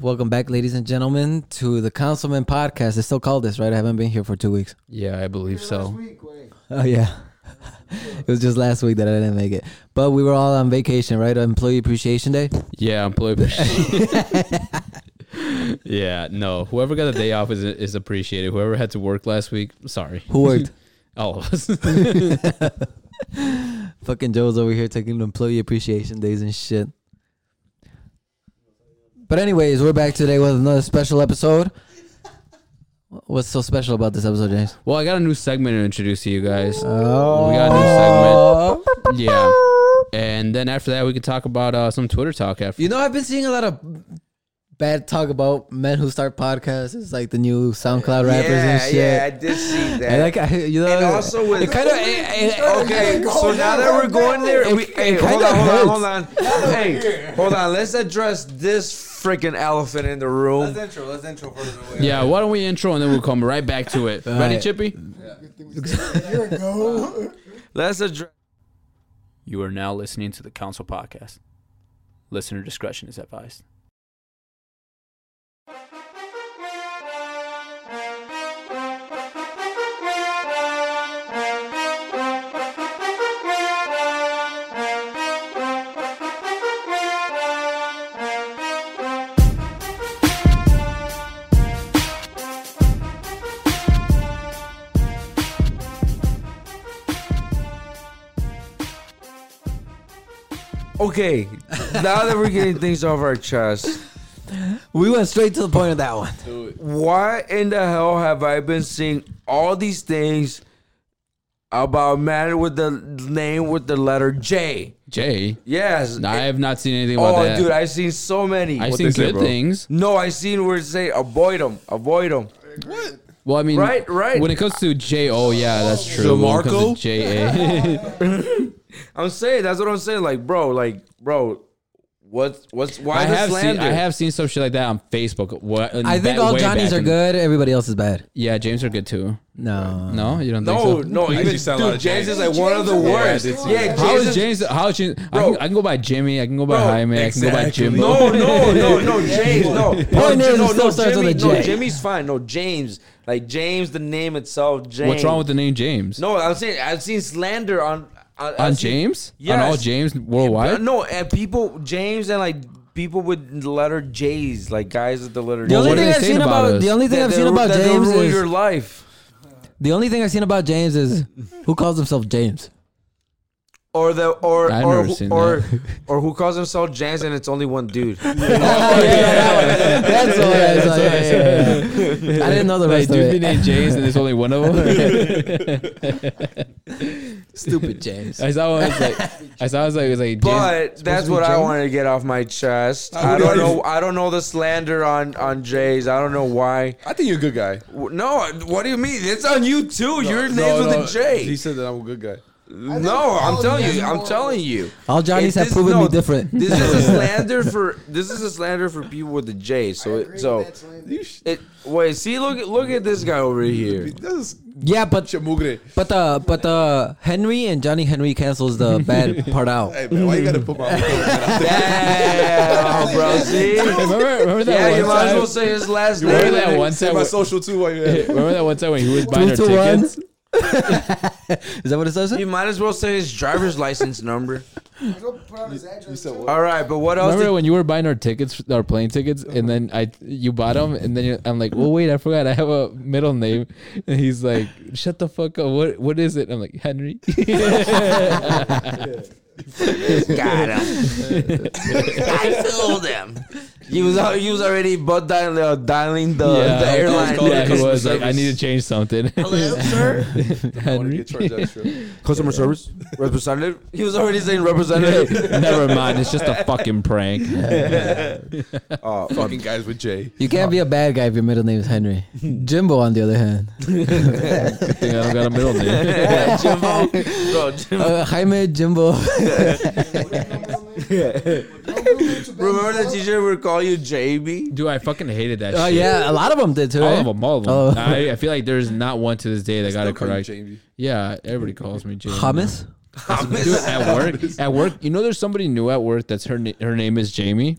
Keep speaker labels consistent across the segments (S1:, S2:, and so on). S1: Welcome back, ladies and gentlemen, to the Councilman Podcast. It's still called this, right? I haven't been here for two weeks.
S2: Yeah, I believe so.
S1: Oh yeah, it was just last week that I didn't make it, but we were all on vacation, right? Employee Appreciation Day.
S2: Yeah, employee. appreci- yeah, no. Whoever got a day off is is appreciated. Whoever had to work last week, sorry.
S1: Who worked?
S2: All of us.
S1: Fucking Joe's over here taking Employee Appreciation Days and shit. But anyways, we're back today with another special episode. What's so special about this episode, James?
S2: Well, I got a new segment to introduce to you guys.
S1: Oh,
S2: We got a new segment. Yeah. And then after that, we could talk about uh, some Twitter talk after.
S1: You know, I've been seeing a lot of bad talk about men who start podcasts. It's like the new SoundCloud rappers and shit.
S3: Yeah, I did see that.
S1: And like, I, you know,
S3: And also with-
S1: it kind of it, it,
S3: okay, so now that we're going there, we,
S1: It-
S3: hey,
S1: it
S3: hold
S1: kinda
S3: on,
S1: hurts.
S3: hold on, hold on. Hey, hold on. Let's address this freaking elephant in the room.
S4: Let's intro. Let's intro first.
S2: Yeah, why don't we intro and then we'll come right back to it. Ready,
S1: right.
S2: Chippy?
S3: Let's address.
S5: You are now listening to the Council Podcast. Listener discretion is advised.
S3: Okay, now that we're getting things off our chest,
S1: we went straight to the point of that one.
S3: why in the hell have I been seeing all these things about man with the name with the letter J?
S2: Jay.
S3: Yes.
S2: I have not seen anything about
S3: oh,
S2: that.
S3: dude, I've seen so many.
S2: I've
S3: What
S2: seen
S3: they say,
S2: good
S3: bro?
S2: things.
S3: No, I seen where it say avoid them, avoid them.
S2: Well, I mean,
S3: Right, right.
S2: When it comes to J, oh yeah, that's true. When it comes
S3: DeMarco?
S2: to J A.
S3: I'm saying that's what I'm saying. Like, bro, like, bro, what's what's why
S2: I
S3: the
S2: have seen
S3: slander?
S2: I have seen some shit like that on Facebook. What
S1: I think
S2: ba-
S1: all
S2: way
S1: Johnnies
S2: back
S1: are
S2: in-
S1: good. Everybody else is bad.
S2: Yeah, James are good too.
S1: No,
S2: No, you don't
S3: no,
S2: think so.
S3: no,
S4: I
S3: even
S4: just saw a lot
S3: dude,
S4: of
S3: James
S4: James.
S3: is like one of the
S4: Yeah, I
S3: worst.
S4: did see
S3: Yeah,
S4: that.
S2: How
S3: James
S2: is James? How is James? I
S3: Bro.
S2: can, I can go by Jimmy. I can go by
S3: Bro,
S2: Jaime. I can go by
S4: exactly.
S2: Jimbo.
S3: No, no, no, no, James, no. no,
S1: Point is, it
S3: no,
S1: still
S3: no,
S1: starts with a
S3: Jimmy,
S1: J.
S3: no, Jimmy's fine. No, James, like James, the name itself, James.
S2: What's wrong with the name James?
S3: No, I'm saying I've seen slander on on,
S2: on James? On all
S3: Yes.
S2: James worldwide?
S3: No, and people, James, and like people with the letter J's, like guys with the letter.
S1: The
S2: Well,
S1: only
S2: what are
S1: thing
S2: they
S1: I've
S2: saying
S1: seen
S2: about
S1: about
S2: us?
S1: the only thing
S3: That
S1: I've
S3: they
S1: seen
S3: ru-
S1: about
S3: that they
S1: James
S3: ruin
S1: is
S3: your life.
S1: the only thing I've seen about James is who calls himself James.
S3: Or the or
S2: I've
S3: or
S2: never
S3: who-
S2: seen
S3: or or who calls himself James and it's only one dude.
S1: That's all. I saw. Yeah, yeah, yeah. I didn't know the
S2: Like,
S1: rest
S2: dude's
S1: of
S2: been
S1: it.
S2: named James and there's only one of them.
S1: Stupid James.
S2: I saw one. I was like, I saw I was like, it was like James- supposed
S3: But
S2: to
S3: that's
S2: be
S3: what I
S2: James?
S3: wanted to get off my chest. I
S4: do
S3: don't
S4: you-
S3: know. I don't know the slander on on Jays. I don't know why.
S4: I think you're a good guy.
S3: W- No, what do you mean? It's on you too. Your name's
S4: No,
S3: with
S4: no,
S3: a J.
S4: He said that I'm a good guy.
S3: No, I'm telling you. I'm telling you.
S1: All Johnnies
S3: If
S1: have
S3: this-
S1: proven
S3: no,
S1: me different.
S3: This is a slander for this is a slander for people with a J. So it, so
S4: You sh-
S3: it, wait. See, look at look at this guy over here.
S4: this is
S1: yeah, but
S4: chamugre.
S1: But the but the Henry and Johnny Henry cancels the bad part out.
S4: Hey man, why you gotta put my
S3: Damn, bro. See,
S2: Remember, remember that
S3: yeah,
S2: one
S3: you might as
S2: time?
S3: well say his last
S2: Remember
S3: name.
S2: that one
S4: say
S2: time?
S4: my
S2: when-
S4: social too while you're at it.
S2: Remember that one time when he was buying
S1: Two
S2: our
S1: to one.
S2: tickets?
S1: Is that what it says?
S3: You might as well say his driver's license number.
S4: You said what?
S3: All right, but what else?
S2: Remember
S3: Did,
S2: when you were buying our tickets, our plane tickets, and then I you bought them, and then you, I'm like, well, wait, I forgot I have a middle name, and he's like, shut the fuck up, what what is it? I'm like Henry.
S3: got him. I told him. He was al- he was already butt dialing, uh, dialing the,
S2: yeah,
S3: the airline.
S2: Yeah, he
S3: customer
S2: was like, I
S3: service.
S2: need to change something.
S3: Hello, sir.
S4: I wanna
S2: Henry.
S4: get charged extra.
S3: Customer service representative. He was already saying representative.
S2: Never mind, it's just a fucking prank.
S6: Uh,
S4: Oh,
S6: um,
S4: fucking guys with J.
S1: You can't be a bad guy if your middle name is Henry. Jimbo, on the other hand,
S2: Good thing I don't got a middle name.
S3: yeah, Jimbo. Bro, Jimbo.
S1: uh, Jaime Jimbo.
S3: Remember that teacher would call you JB?
S2: Dude, I fucking hated that
S1: Oh
S2: shit.
S1: yeah, a lot of them did too.
S2: All
S1: right?
S2: of them, all of them.
S1: Oh.
S2: I, I feel like there's not one to this day that got it
S4: Call you
S2: correct.
S4: Jamie.
S2: Yeah, everybody calls me James.
S1: Hummus.
S2: Dude, at work, at work, you know, there's somebody new at work that's her na- her name is Jamie,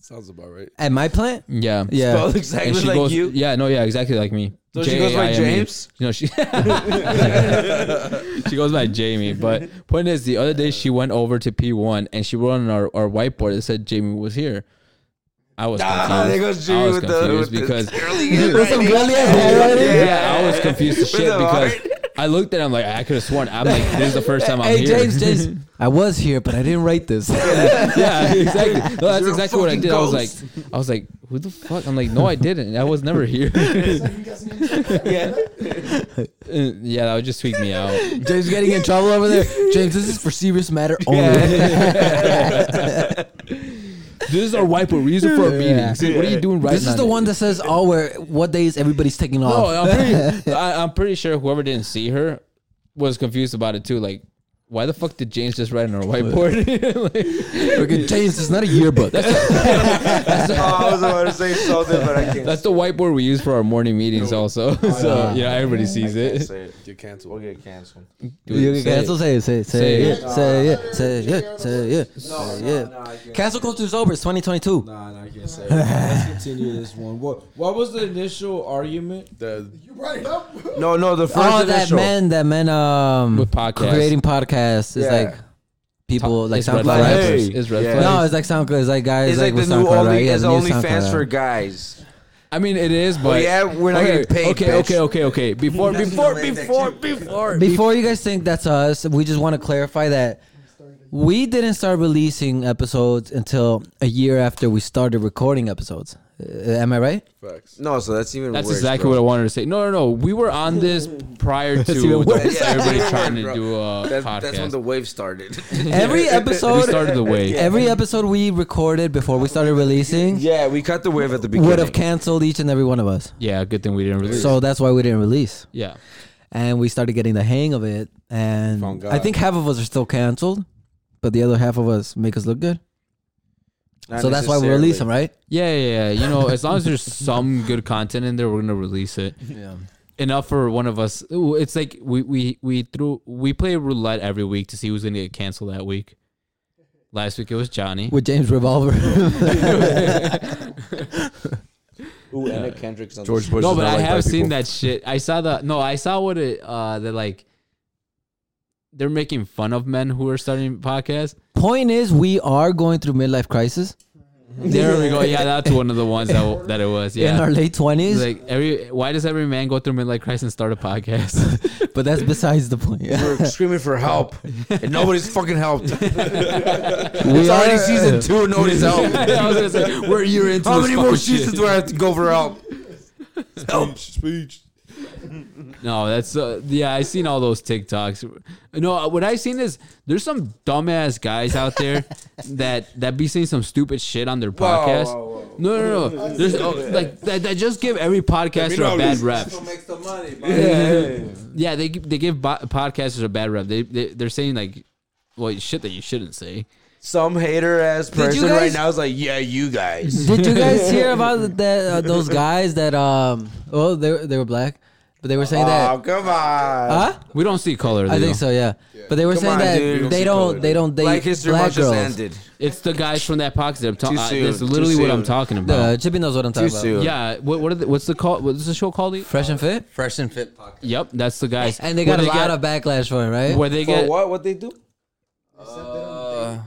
S6: Sounds about right.
S1: At my plant?
S2: Yeah.
S1: Yeah.
S3: Spelled exactly like
S2: goes,
S3: you.
S2: Yeah, no, yeah, exactly like me.
S3: So she goes by
S2: J-A-I-M-E.
S3: James?
S2: E. No, she she goes by Jamie. But point is, the other day she went over to P one and she wrote on our, our whiteboard that said Jamie was here. I was confused.
S3: Ah, there goes Jimmy
S2: I was
S3: with the
S2: confused
S3: with
S2: because
S3: the curly handwriting.
S1: With some girly ass handwriting?
S2: yeah, I was confused as
S3: With
S2: shit
S3: the
S2: because
S3: heart.
S2: I looked at him like I could have sworn I'm like this is the first time I'm
S1: hey,
S2: here.
S1: James, James. I was here, but I didn't write this.
S2: yeah, exactly. No, that's
S3: You're a
S2: exactly what I
S3: fucking
S2: did. I was
S3: ghost.
S2: like, I was like, who the fuck? I'm like, no, I didn't. I was never here. Uh, yeah, that would just tweak me out.
S1: James getting in trouble over there. James, this is for serious matter only.
S2: This is our whiteboard. We use it for our meetings. What are you doing right
S1: This is the one that says all where what days everybody's taking
S2: No,
S1: off.
S2: I'm pretty, I, I'm pretty sure whoever didn't see her was confused about it too. Like, why the fuck did James just write on our whiteboard? Like,
S1: Freaking James, it's not a yearbook.
S6: oh, I was about to say something, but I can't.
S2: that's the whiteboard we use for our morning meetings, also. so, yeah, everybody sees it.
S6: say it. Get canceled. We'll get canceled.
S2: Dude,
S1: You
S2: say
S1: can
S2: it.
S1: cancel. Say it. Say it. Say
S2: Say
S1: it. Say it. Say it. Say it.
S7: No,
S1: Say
S7: no,
S1: it.
S7: no, I can't.
S1: Cancel culture is over. It's 2022.
S7: Nah, nah, I can't say. it. Let's continue this one. What What was the initial argument?
S6: The
S7: You brought it up.
S3: No, no, the first
S1: Oh, that
S3: initial.
S1: man. That man. Um,
S2: With podcasts.
S1: creating podcasts is
S3: Yeah.
S1: like people like
S2: It's red
S1: SoundCloud
S2: flags.
S3: Like,
S1: rappers.
S3: hey.
S2: It's red
S3: Yeah.
S2: flags.
S1: No, it's like SoundCloud. It's like guys
S3: It's like the
S1: with
S3: new
S1: SoundCloud,
S3: only,
S1: right? Yeah,
S3: it's
S1: the new
S3: only
S1: SoundCloud
S3: fans for
S1: rapper.
S3: guys.
S2: I mean, it is, but
S3: yeah, we're not
S2: okay,
S3: getting paid,
S2: Okay,
S3: bitch.
S2: okay, okay, okay. Before, before, before, before,
S1: Before you guys think that's us, we just want to clarify that we didn't start releasing episodes until a year after we started recording episodes. Uh, am I right?
S6: facts.
S3: No, so that's even
S2: That's
S3: worse,
S2: exactly
S3: bro.
S2: what I wanted to say. No, no, no. We were on this prior to
S1: That's even
S2: the-
S1: worse.
S2: everybody trying to
S3: Bro,
S2: do a
S3: That's,
S2: podcast.
S3: that's when the wave started.
S1: Every episode,
S2: we started the wave.
S1: every episode we recorded before we started releasing
S3: yeah, we cut the wave at the beginning.
S1: would have canceled each and every one of us.
S2: Yeah, good thing we didn't release.
S1: So that's why we didn't release,
S2: yeah,
S1: and we started getting the hang of it.
S6: Found
S1: And
S6: God.
S1: I think half of us are still canceled, but the other half of us make us look good.
S3: Not
S1: so that's why we
S3: necessarily.
S1: release them, right?
S2: yeah, yeah. yeah. You know, as long as there's some good content in there, we're gonna release it.
S1: Yeah.
S2: Enough for one of us. Ooh, It's like we we we threw we play roulette every week to see who's gonna get canceled that week. Last week it was Johnny.
S1: With James Revolver.
S6: Ooh,
S2: Anna
S6: Kendrick's on George Bush.
S2: no,
S6: is
S2: but
S6: not
S2: I
S6: like black
S2: have seen
S6: people.
S2: that shit. I saw the no, I saw what it uh they're like they're making fun of men who are starting podcasts.
S1: Point is, we are going through midlife crisis
S2: There we go. Yeah, that's one of the ones that, that it was.
S1: in
S2: Yeah.
S1: our late twenties,
S2: Like every why does every man go through midlife crisis and start a podcast?
S1: but that's besides the point.
S3: We We're screaming for help, and nobody's fucking helped.
S1: we
S3: It's already
S1: are
S3: season two, nobody's helped.
S2: I was gonna say we're a year into
S3: How
S2: this
S3: many more
S2: fucking shit.
S3: seasons do I have to go for help?
S6: Speech, speech.
S2: No, that's uh, yeah. I seen all those TikToks. No, uh, what I seen is there's some dumbass guys out there that that be saying some stupid shit on their podcast. No, no, no. There's oh, like that, that just give every podcaster a bad rep.
S7: Make some money.
S2: Yeah, they gi- they give bo- podcasters a bad rep. They, they they're saying like, well, shit that you shouldn't say.
S3: Some hater ass
S1: you
S3: person right
S1: guys-
S3: now is like, yeah, you guys.
S1: Did you guys hear about that? Uh, those guys that um, well, they were- they were black, but they were saying
S3: Oh,
S1: that.
S3: come on.
S1: Huh?
S2: We don't see color.
S1: I
S2: though.
S1: think so, yeah. But they were
S3: Come
S1: saying
S3: on,
S1: that
S3: dude. You don't
S1: they
S6: see
S1: don't
S6: color,
S1: they don't date
S3: Black History
S1: black
S3: Month
S1: girls.
S3: just ended.
S2: It's the guys from that podcast that I'm talking.
S3: Too
S2: Uh, that's
S3: soon,
S2: literally
S3: too
S2: what I'm
S3: soon.
S2: talking
S1: Uh,
S2: about.
S1: Chippy knows what I'm talking
S3: Too
S1: about.
S3: soon.
S2: yeah. What what are the, what's the call? What's the show called? again?
S1: Fresh and fit,
S7: Fresh and fit pocket.
S2: Yep, that's the guys.
S1: and they got
S2: Where
S1: a lot
S2: get-
S1: of backlash for it, right?
S2: where they get
S3: what? What they do?
S7: Uh,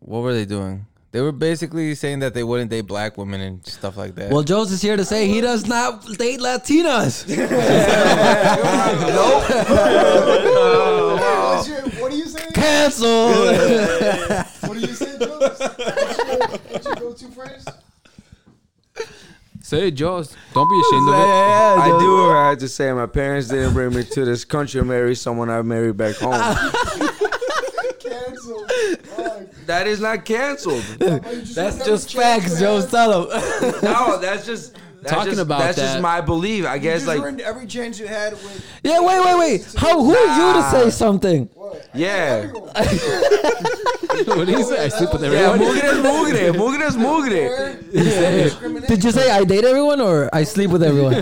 S7: what were they doing? They were basically saying that they wouldn't date black women and stuff like that.
S1: Well, Joe's is here to say he does not date Latinas.
S4: What's your- what are you saying?
S1: Cancel.
S4: What are you saying, Joe? What's your, what's your go-to phrase?
S2: say Jaws. Don't be ashamed of it.
S3: I do what I had to say. My parents didn't bring me to this country to marry someone I married back home.
S4: Cancel.
S3: that is not canceled.
S1: That's just facts, Joe. Tell him.
S3: No, that's just that's
S2: Talking
S3: just,
S2: about
S3: that's
S2: that.
S3: just my belief. I
S4: You
S3: guess
S4: just
S3: like
S4: ruined every chance you had with
S1: Yeah, wait, wait, wait. How? Who are you to say
S3: Nah.
S1: something?
S4: what?
S3: yeah,
S2: what do you say? I sleep with
S3: yeah.
S2: everyone.
S3: Mugre es mugre, mugre es mugre.
S1: Did you say I date everyone or I sleep with everyone?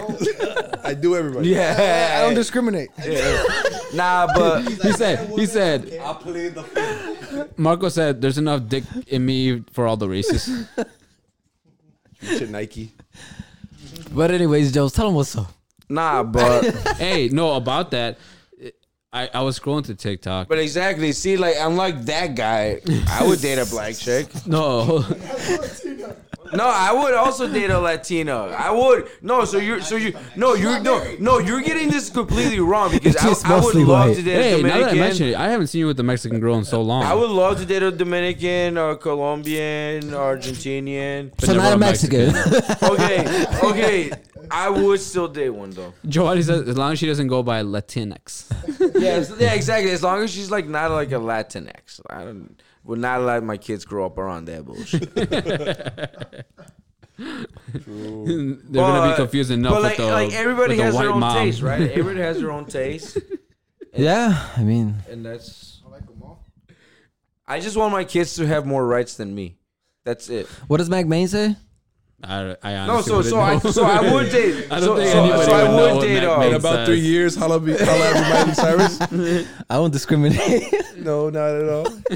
S6: I do everybody.
S3: Yeah,
S4: I don't discriminate.
S3: Nah, but
S2: He said. He said.
S7: I played the.
S2: Marco said, "There's enough dick in me for all the races."
S4: Shit, Nike.
S1: But anyways, Jones, tell them what's up.
S3: Nah, but
S2: hey, no, about that. I, I was scrolling to TikTok.
S3: but exactly. See, like unlike that guy, I would date a black chick.
S2: no,
S3: No, I would also date a Latina. I would. No, so you're so you no you're no no you're getting this completely wrong because
S1: It's
S3: I, I would
S1: mostly
S3: love
S1: white.
S3: to date a
S2: hey, now that I mention
S3: Dominican.
S2: it, I haven't seen you with the Mexican girl in so long.
S3: I would love to date a Dominican or Colombian or Argentinian.
S1: so
S2: never
S1: not a
S2: a
S1: Mexican.
S3: Okay, okay. I would still date one though.
S2: Joanne says as long as she doesn't go by Latinx.
S3: Yeah, as- yeah, exactly. As long as she's like not like a Latinx, I don't would not let my kids grow up around that bullshit.
S2: They're gonna be
S3: But-
S2: confused enough
S3: but
S2: with
S3: like,
S2: the
S3: like everybody
S2: with the
S3: has
S2: white
S3: their own
S2: mom.
S3: taste, right? Everybody has their own taste,
S1: yeah, I mean,
S3: and that's.
S4: I like them all.
S3: I just want my kids to have more rights than me. That's it.
S1: what does Mac Main say?
S2: I, I
S3: No,
S2: honestly
S3: so so I
S2: wouldn't know.
S3: so I would date.
S2: I don't
S3: so,
S2: think
S3: so,
S2: anybody
S3: so I
S2: would know
S3: would
S2: what
S3: date.
S2: that
S3: uh,
S2: means.
S4: In about three
S2: Says-
S4: years, holla, be, holla at me, Miley Cyrus.
S1: I don't discriminate.
S4: No, not at all.
S3: I,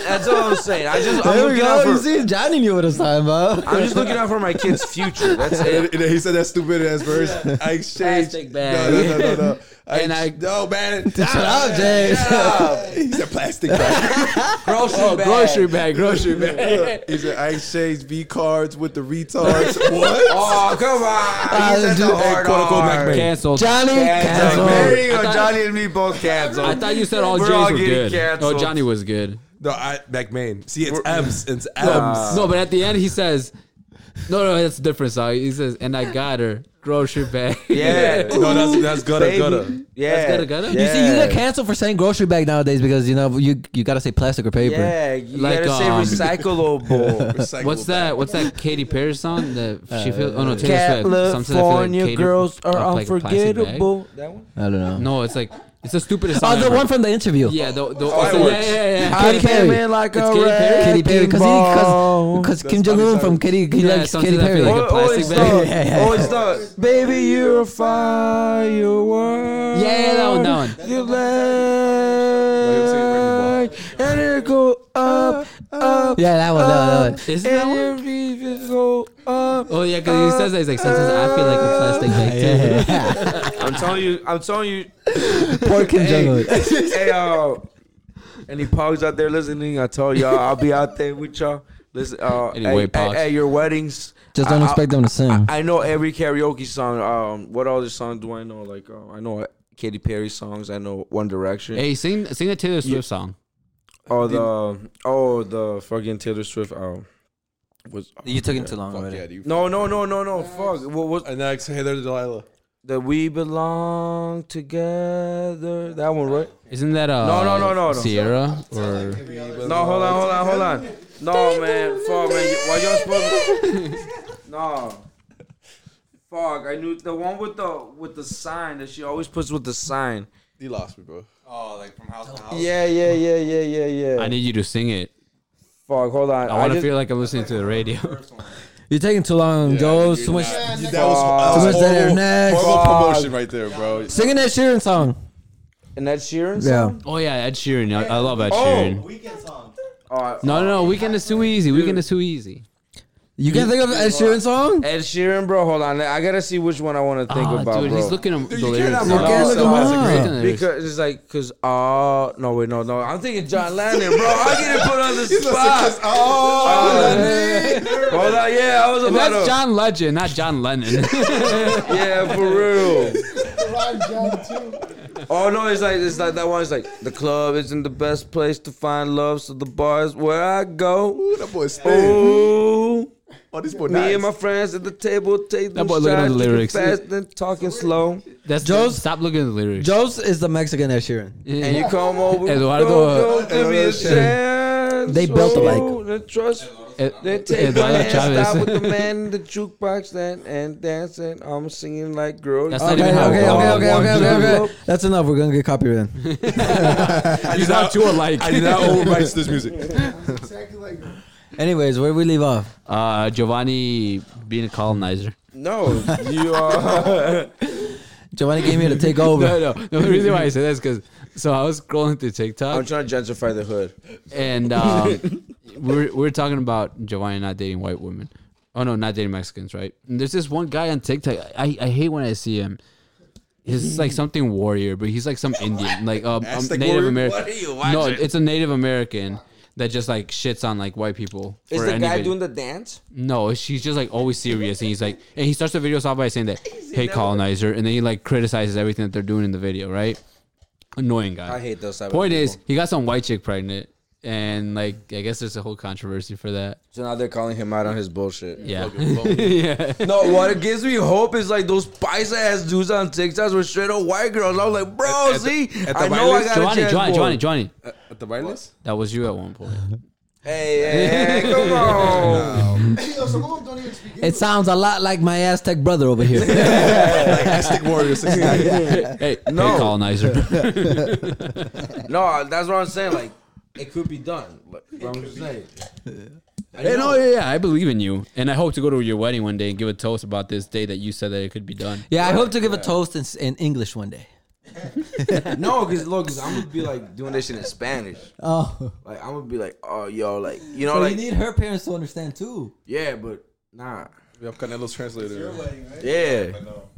S3: that's all I'm saying. I just I'm
S1: there we
S3: looking, out
S1: go. You
S3: for,
S1: see, Johnny knew what I was talking about.
S3: I'm just looking out for my kids' future. That's
S4: And,
S3: it.
S4: and then he said that stupid ass verse. I exchanged.
S2: Plastic
S4: No,
S2: bag.
S4: no, no, no, no. I
S2: And I-
S4: ex- no man.
S1: Shut up, James.
S4: he said plastic bag.
S3: Grocery bag.
S2: grocery bag, grocery bag.
S4: he said I exchanged V cards with the retards. what?
S3: Oh come on!
S1: Uh,
S3: You said
S1: dude,
S3: the
S1: hey,
S3: hard
S4: quote, unquote,
S3: R.
S4: Mac Mac.
S2: Canceled.
S1: Johnny,
S3: Cancel.
S1: cancel.
S4: Mary.
S8: There you
S2: I
S8: go.
S2: thought-
S8: Johnny and me both canceled.
S2: I thought you said all
S3: We're
S2: J's
S3: all
S2: were
S3: getting
S2: good.
S3: canceled.
S2: Oh, Johnny was good.
S4: No, I McMahon. See, it's
S3: We're-
S4: M's. It's M's.
S3: Uh,
S2: no, but at the end he says, "No, no, that's a different song." He says, "And I got her grocery bag."
S3: Yeah.
S4: no, that's that's gutter
S3: Baby.
S4: gutter.
S3: Yeah.
S2: That's gotta gotta.
S1: You see, you get canceled for saying grocery bag nowadays because you know you you gotta say plastic or paper.
S3: Yeah, you
S2: Like,
S3: gotta
S2: um,
S3: say recyclable.
S4: Recyclable
S2: What's
S4: bag.
S2: that? What's that Katy Perry song? The she feels. Oh no, Taylor Swift. Something that feel like
S3: California
S2: Katy-
S3: girls are
S2: uh, like a plastic bag.
S3: unforgettable. That one?
S1: I don't know.
S2: No, it's like it's the stupidest
S1: Oh,
S2: song.
S1: the
S2: ever.
S1: one from the interview.
S2: Yeah, the,
S3: Oh,
S2: the, yeah,
S4: Fireworks.
S2: yeah, yeah.
S1: Katy Perry.
S3: like
S2: It's Katy Perry?
S1: Katy Perry, because
S3: ball.
S1: because
S4: That's
S1: Kim Jong Un
S4: funny,
S1: from
S4: sorry.
S1: Katy he
S2: Yeah,
S1: likes
S2: something
S1: Katy
S2: that
S1: Perry.
S2: feel
S3: Oh,
S2: like a
S3: oh,
S2: plastic
S3: it's
S2: bag.
S3: the,
S1: Yeah, yeah.
S3: oh, it's the baby, you're a firework.
S2: Yeah, that one, that one.
S3: You light, and it go up, up.
S1: Yeah, that one. That one, that one.
S2: Is it that one?
S3: and it go up.
S2: Oh yeah, because he says that, he's like sometimes I feel like a plastic bag too.
S1: Yeah, yeah.
S3: I'm telling you, I'm telling you,
S1: Poor Kim Jong Un.
S3: hey, uh, any pogs out there listening? I told y'all, I'll be out there with y'all. Listen, uh,
S2: Any
S3: at-
S2: white
S3: at,
S2: pogs.
S3: at your weddings.
S1: Just don't
S3: I-
S1: expect them to sing.
S3: I know every karaoke song. Um, what other song do I know? Like, uh, I know Katy Perry songs. I know One Direction.
S2: Hey, sing sing the Taylor Swift song.
S3: Oh the oh the fucking Taylor Swift. Um, was uh,
S1: you took it too long
S4: Fuck yeah, dude.
S3: no no no no no fuck. What was
S4: And next, Heather Delilah.
S3: the We Belong Together? That one right?
S2: Isn't that uh
S3: No, no, no, no, no.
S2: Sierra or
S3: No, hold on, hold on, hold on. No, man, fuck, man. Why y'all supposed? To... No, fuck. I knew the one with the with the sign that she always puts with the sign.
S4: You lost me, bro.
S9: Oh, like from house to house.
S3: Yeah, yeah, yeah, yeah, yeah, yeah.
S2: I need you to sing it.
S3: fuck, hold on.
S2: I want to
S3: just-
S2: feel like I'm listening to the radio.
S1: You're taking too long, Joe. Too much.
S4: That was, that was
S1: Who's there
S4: horrible,
S1: next?
S4: horrible
S3: Fuck.
S4: promotion right there, bro.
S1: Singing that Sheeran song.
S3: And that Sheeran.
S1: Yeah.
S3: Song?
S2: Oh yeah, Ed Sheeran. I, I love Ed
S3: Oh.
S2: Sheeran.
S4: Weekend song.
S3: Oh,
S2: No, no, no. Weekend is too easy. Weekend is too easy.
S1: You can think of Ed Sheeran song?
S3: Ed Sheeran, bro. Hold on, I gotta see which one I want to think
S2: Ah,
S3: about,
S2: dude,
S3: bro.
S2: he's looking at the
S4: you
S2: lyrics.
S4: cannot
S2: now.
S4: look at them
S2: He's
S1: up.
S2: looking at the lyrics.
S3: because it's like, cause oh no wait no no I'm thinking John Lennon bro I get it put on the spot. Oh, hold on yeah I was
S2: And
S3: about
S2: that's
S3: to
S2: John Legend, not John Lennon.
S3: yeah for real.
S4: Rhyme John too.
S3: Oh no, it's like it's like that one. It's like the club isn't the best place to find love, so the bar is where I go.
S4: Ooh, that boy spin.
S3: Ooh,
S4: Oh, this boy
S3: me
S4: nice.
S3: and my friends at the table take them
S2: boy
S3: shots,
S2: looking at the
S3: drinking
S2: lyrics.
S3: fast and talking slow.
S2: That's
S1: Joe's-
S2: Stop looking at the lyrics.
S1: Joe's is the Mexican Ed Sheeran.
S3: And you come over,
S2: Eduardo,
S3: go,
S2: uh,
S3: go, give me a chance.
S1: They built alike.
S3: Ooh, the trust.
S2: Ed-
S3: They take
S2: Eduardo
S3: my hand, stop with
S2: Chavez.
S3: the man in the jukebox, then and dancing. I'm singing like girl.
S2: That's
S1: Okay,
S2: not even
S1: okay,
S2: how
S1: okay,
S2: it
S1: okay,
S2: goes.
S1: okay,
S2: One,
S1: okay,
S2: two,
S1: okay, That's enough. We're gonna get copyrighted.
S2: He's not too alike.
S4: I did not own rights to this music. Exactly like
S1: Anyways, where we leave off?
S2: Uh, Giovanni being a colonizer.
S3: no, you are.
S1: Giovanni came here to take over.
S2: No, no. no the reason why I said that is because so I was scrolling through TikTok
S4: Oh,
S3: I'm trying to gentrify the hood.
S2: and um, we're we're talking about Giovanni not dating white women. Oh no, not dating Mexicans, right? And there's this one guy on TikTok. I, I hate when I see him. He's like something warrior, but he's like some Indian, like um, um,
S4: Aztec
S2: Native
S4: warrior?
S2: American.
S4: What are you
S2: No,
S4: watching?
S2: it's a Native American that just like shits on like white people.
S3: Is
S2: for
S3: the guy
S2: anybody.
S3: doing the dance?
S2: No, she's just like always serious, and he's like, and he starts the videos off by saying that, "Hey, colonizer," and then he like criticizes everything that they're doing in the video, right? Annoying guy.
S3: I hate those type of
S2: Point is,
S3: people.
S2: he got some white chick pregnant, and like, I guess there's a whole controversy for that.
S3: So now they're calling him out on his bullshit.
S2: Yeah,
S3: No, what it gives me hope is like those paisa ass dudes on TikToks with straight up white girls. I was like, bro,
S4: At- at the-
S3: see,
S4: at the
S3: I know I
S4: wireless-
S3: got a
S2: Johnny,
S3: chance.
S2: Johnny,
S3: boy.
S2: Johnny, Johnny.
S4: At the wireless?
S2: That was you at one point.
S3: Hey, hey, hey, come on.
S10: Yo, some of them don't even speak English.
S1: It sounds a lot like my Aztec brother over here.
S4: like Aztec Warrior 69.
S2: hey,
S3: No.
S2: hey, colonizer.
S3: No, that's what I'm saying. Like, it could be done. But but I'm just saying. I
S2: hey,
S3: know.
S2: no, yeah, yeah, I believe in you, and I hope to go to your wedding one day and give a toast about this day that you said that it could be done.
S1: yeah, I hope to give a toast in, s- in English one day.
S3: No, because look, i I'm gonna be like doing this shit in Spanish.
S1: Oh,
S3: Like I'm gonna be like, oh, yo, like you know,
S1: so
S3: like
S1: you need her parents to understand too.
S3: yeah, but nah,
S4: We have Canelo's translator.
S10: Wedding, right?
S3: yeah.
S10: I know.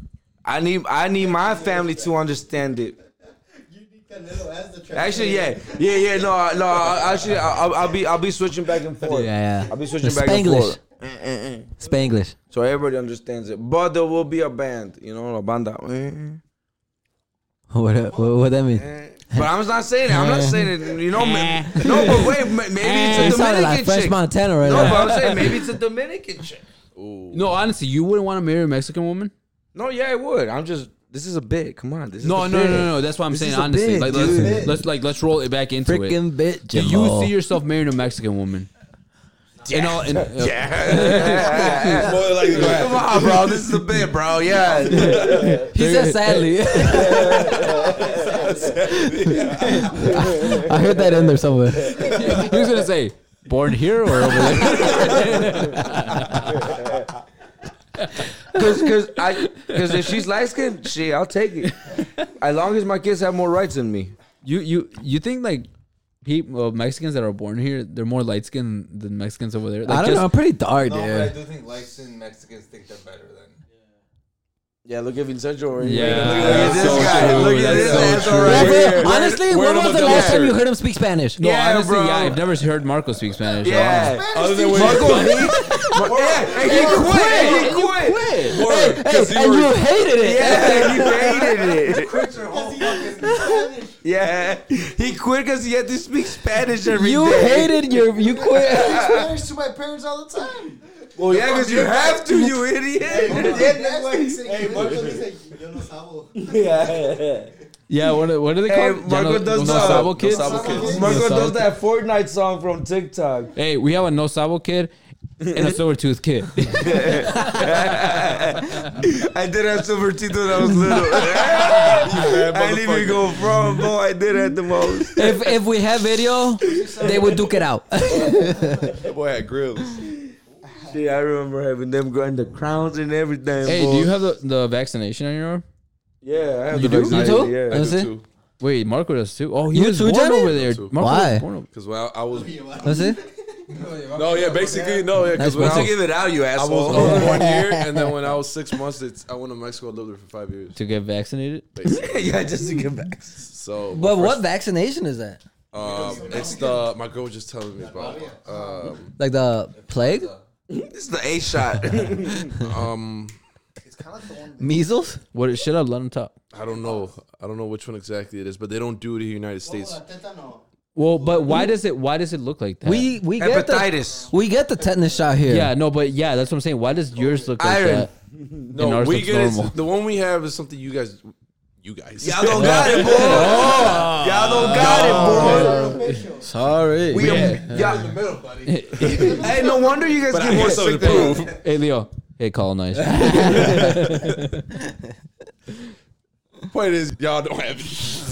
S3: I need I need my family to understand it.
S10: You need Canelo as the translator.
S3: Actually, yeah, yeah, yeah. No, I- no. I- Actually, I- I'll, I'll be I'll be switching back and forth.
S1: Yeah, yeah.
S3: I'll be switching
S1: The
S3: back and
S1: Spanglish.
S3: forth. Eh, eh, eh.
S1: Spanglish.
S3: So everybody understands it, but there will be a band, you know, a banda. Eh,
S1: What, what, what that mean?
S3: eh. But I'm not saying it. I'm not saying it. You know,
S2: Eh.
S3: ma- no. But wait, ma- maybe
S1: It
S3: it's a
S1: sounded like
S3: Dominican
S1: French
S3: chick.
S1: Montana right
S3: No,
S1: now.
S3: but I'm saying maybe it's a Dominican chick.
S2: No, honestly, you wouldn't want to marry a Mexican woman.
S3: No, yeah, I would. I'm just. This is a bit. Come on. This is
S2: No,
S3: a
S2: no, no,
S3: bit.
S2: no, no. That's what I'm
S3: This
S2: saying.
S3: is a
S2: Honestly,
S3: bit,
S2: like
S3: dude.
S2: let's, let's like let's roll it back into it.
S1: Freaking bitch.
S2: Do you
S1: Jamal.
S2: see yourself marrying a Mexican woman? Yeah. uh,
S4: More like
S3: Come on, bro. This is a bit, bro. Yeah.
S1: He said sadly. I heard that in there somewhere.
S2: who's gonna say born here or over there?
S3: Cause, cause I, cause if she's light skinned, shit, I'll take it. As long as my kids have more rights than
S4: Oh,
S3: me.
S2: you you you think like people uh, Mexicans that are born here they're more light skinned than Mexicans over there? Like
S1: I don't know. I'm pretty dark, dude.
S4: do think lights in Mexicans think they're better than.
S3: Yeah, look at Vincenzo. Right
S2: Yeah,
S3: at
S2: that's
S3: this
S2: so
S3: guy.
S2: true.
S3: Look at
S2: That's
S3: this
S2: so
S3: asshole
S2: true.
S3: right
S1: Yeah,
S3: here.
S1: but honestly,
S4: wear
S1: when
S4: them
S1: was
S4: a
S1: the last time
S4: double
S1: you
S4: shirt.
S1: heard him speak Spanish?
S2: No,
S3: Yeah,
S2: honestly,
S3: bro.
S2: yeah, I've never heard Marco speak Spanish. so
S3: Yeah.
S4: Other than when
S3: Marco V. Yeah, and he quit. He quit.
S1: Hey, hey, and you hated it.
S3: Yeah, he hated it.
S10: Quit your whole fucking Spanish.
S3: Yeah, he quit because he had to speak Spanish every day.
S1: You hated your. You quit.
S10: I speak Spanish to my parents all the time.
S3: Well, yeah, because you have to, you
S10: Yeah,
S3: idiot.
S10: that's why he said, hey, Marco, he's like, yo no sabo.
S2: yeah. What are, what are they
S3: Hey,
S2: called? Ya
S3: Marco
S2: no-
S3: does
S2: no
S3: the-
S2: sabo kids.
S10: sabo kids.
S3: Marco
S2: No
S3: does
S2: sabo-
S3: that Fortnite song from TikTok.
S2: Hey, we have a no sabo kid and a silver tooth kid.
S3: I did have silver teeth when I was little. I didn't even go from, bro. I did at the most.
S1: if if we had video, they would duke it out.
S4: That boy had grills.
S3: Shit, I remember having them going the crowns and everything.
S2: hey,
S3: boy.
S2: do you have the, the vaccination on your arm?
S3: Yeah, I have
S2: You do?
S3: the
S2: You
S3: vaccination,
S1: too?
S3: Yeah.
S1: That's
S4: do
S1: it?
S4: too.
S2: Wait, Marco does too. Oh, he
S1: You
S2: was
S1: too,
S2: born
S1: Johnny?
S2: over there.
S4: Too.
S2: Marco
S1: Why?
S2: Was born over-
S4: Because well, I was.
S1: That's it.
S4: No, yeah, basically, no, yeah. Because
S1: That's
S4: when I
S1: what-
S4: was,
S3: give it out, you
S4: I was
S3: asshole.
S4: over one year, and then when I was six months, it's, I went to Mexico. I lived there for five years.
S2: to get vaccinated.
S4: Basically.
S3: yeah, just to get back.
S4: So,
S1: But
S4: my
S1: what vaccination is that?
S4: first- Um, it's the my girl was just telling me about. it. Um,
S1: Like the plague,
S3: It's the A shot.
S4: um,
S10: It's kind of the one.
S1: measles?
S2: What? Shut up. Let him talk.
S4: I don't know. I don't know which one exactly it is, but they don't do it in the United States.
S10: Oh, tetano.
S2: Well, but why does it? Why does it look like that?
S1: We we get the
S3: Hepatitis.
S1: we get the tetanus shot here.
S2: Yeah, no, but yeah, that's what I'm saying. Why does yours look like
S3: Iron.
S2: that? And
S4: No,
S2: ours
S4: we
S2: looks
S4: get it's-
S2: normal.
S4: the one we have is something you guys, you guys.
S3: Y'all don't got it, boy.
S2: Oh.
S3: Y'all don't got it, boy.
S1: Sorry.
S3: We
S2: Yeah.
S3: y'all-
S10: The middle, buddy.
S3: Hey, no wonder you guys get more sick than us.
S2: Hey, Leo. Hey, colonizer.
S4: Point is, y'all don't have it.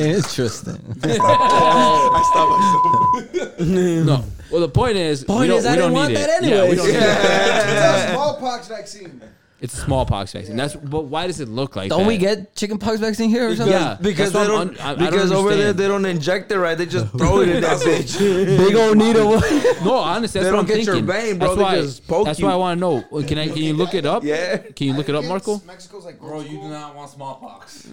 S1: Interesting.
S4: I stopped myself.
S2: no. Well, the point is,
S1: Point
S2: we don't,
S1: is,
S2: we
S1: I
S2: don't
S1: didn't want
S2: need
S1: that
S2: it. Yeah, we
S1: anyways.
S2: don't need it.
S10: It's a smallpox vaccine.
S2: It's a smallpox vaccine. That's but why does it look like?
S1: Don't
S2: that?
S1: we get chickenpox vaccine here or something?
S2: Yeah.
S3: Because they
S2: That's what I'm
S3: don't,
S2: un- I- I don't
S3: because over there
S2: understand.
S3: they don't inject it right. They just throw it in that bitch.
S1: Big old needle.
S2: No, honestly, that's
S3: They
S2: what I'm
S3: don't get your
S2: thinking.
S3: vein, bro.
S2: That's
S3: They
S2: why.
S3: just poke
S2: that's
S3: you.
S2: why I want to know. Well, Can I? Can you look it up?
S3: Yeah.
S2: Can you look it up, Marco?
S10: Mexico's like
S11: Bro, you do not want smallpox.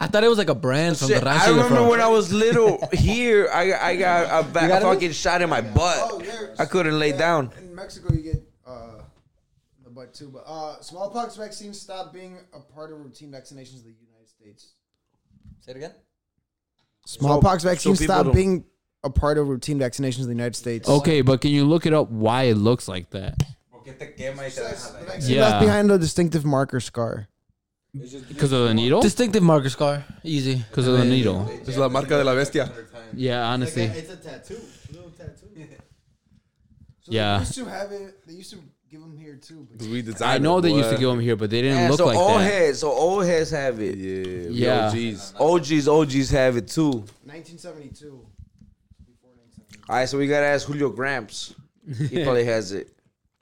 S1: I thought it was like a brand from
S3: Shit,
S1: the
S3: I
S1: rancho. you're
S3: remember
S1: from.
S3: when I was little here, I I got a ba-
S1: got it?
S3: fucking shot in my
S10: Oh,
S3: butt.
S10: yeah.
S3: I couldn't lay
S10: Yeah,
S3: down.
S10: In Mexico, you get uh, the butt too, but uh, smallpox vaccines stopped being a part of routine vaccinations in the United States.
S1: Say it again.
S10: Smallpox vaccines
S3: people
S10: stopped
S3: don't-
S10: being a part of routine vaccinations in the United States.
S2: Okay, but can you look it up? Why it looks like that?
S10: That's, the vaccine
S2: Yeah.
S10: left behind a distinctive marker scar.
S2: Because of the needle?
S1: Distinctive marker scar. Easy.
S2: Because of the needle.
S4: Es la marca de la bestia.
S2: Yeah, honestly.
S10: it's a tattoo, little tattoo. So
S2: Yeah.
S10: They used to have it. They used to give them here too. But
S4: We
S2: I
S4: designed
S2: know
S4: it,
S2: they used to
S4: boy.
S2: give them here, but they didn't
S3: Yeah,
S2: look
S3: so
S2: like
S3: old
S2: that.
S3: heads, so old heads have it.
S4: Yeah. we
S2: Yeah.
S4: OGs.
S3: OGs, OGs have it too.
S10: 1972. Before 1972.
S3: All right, so we gotta ask Julio Gramps. He probably has it.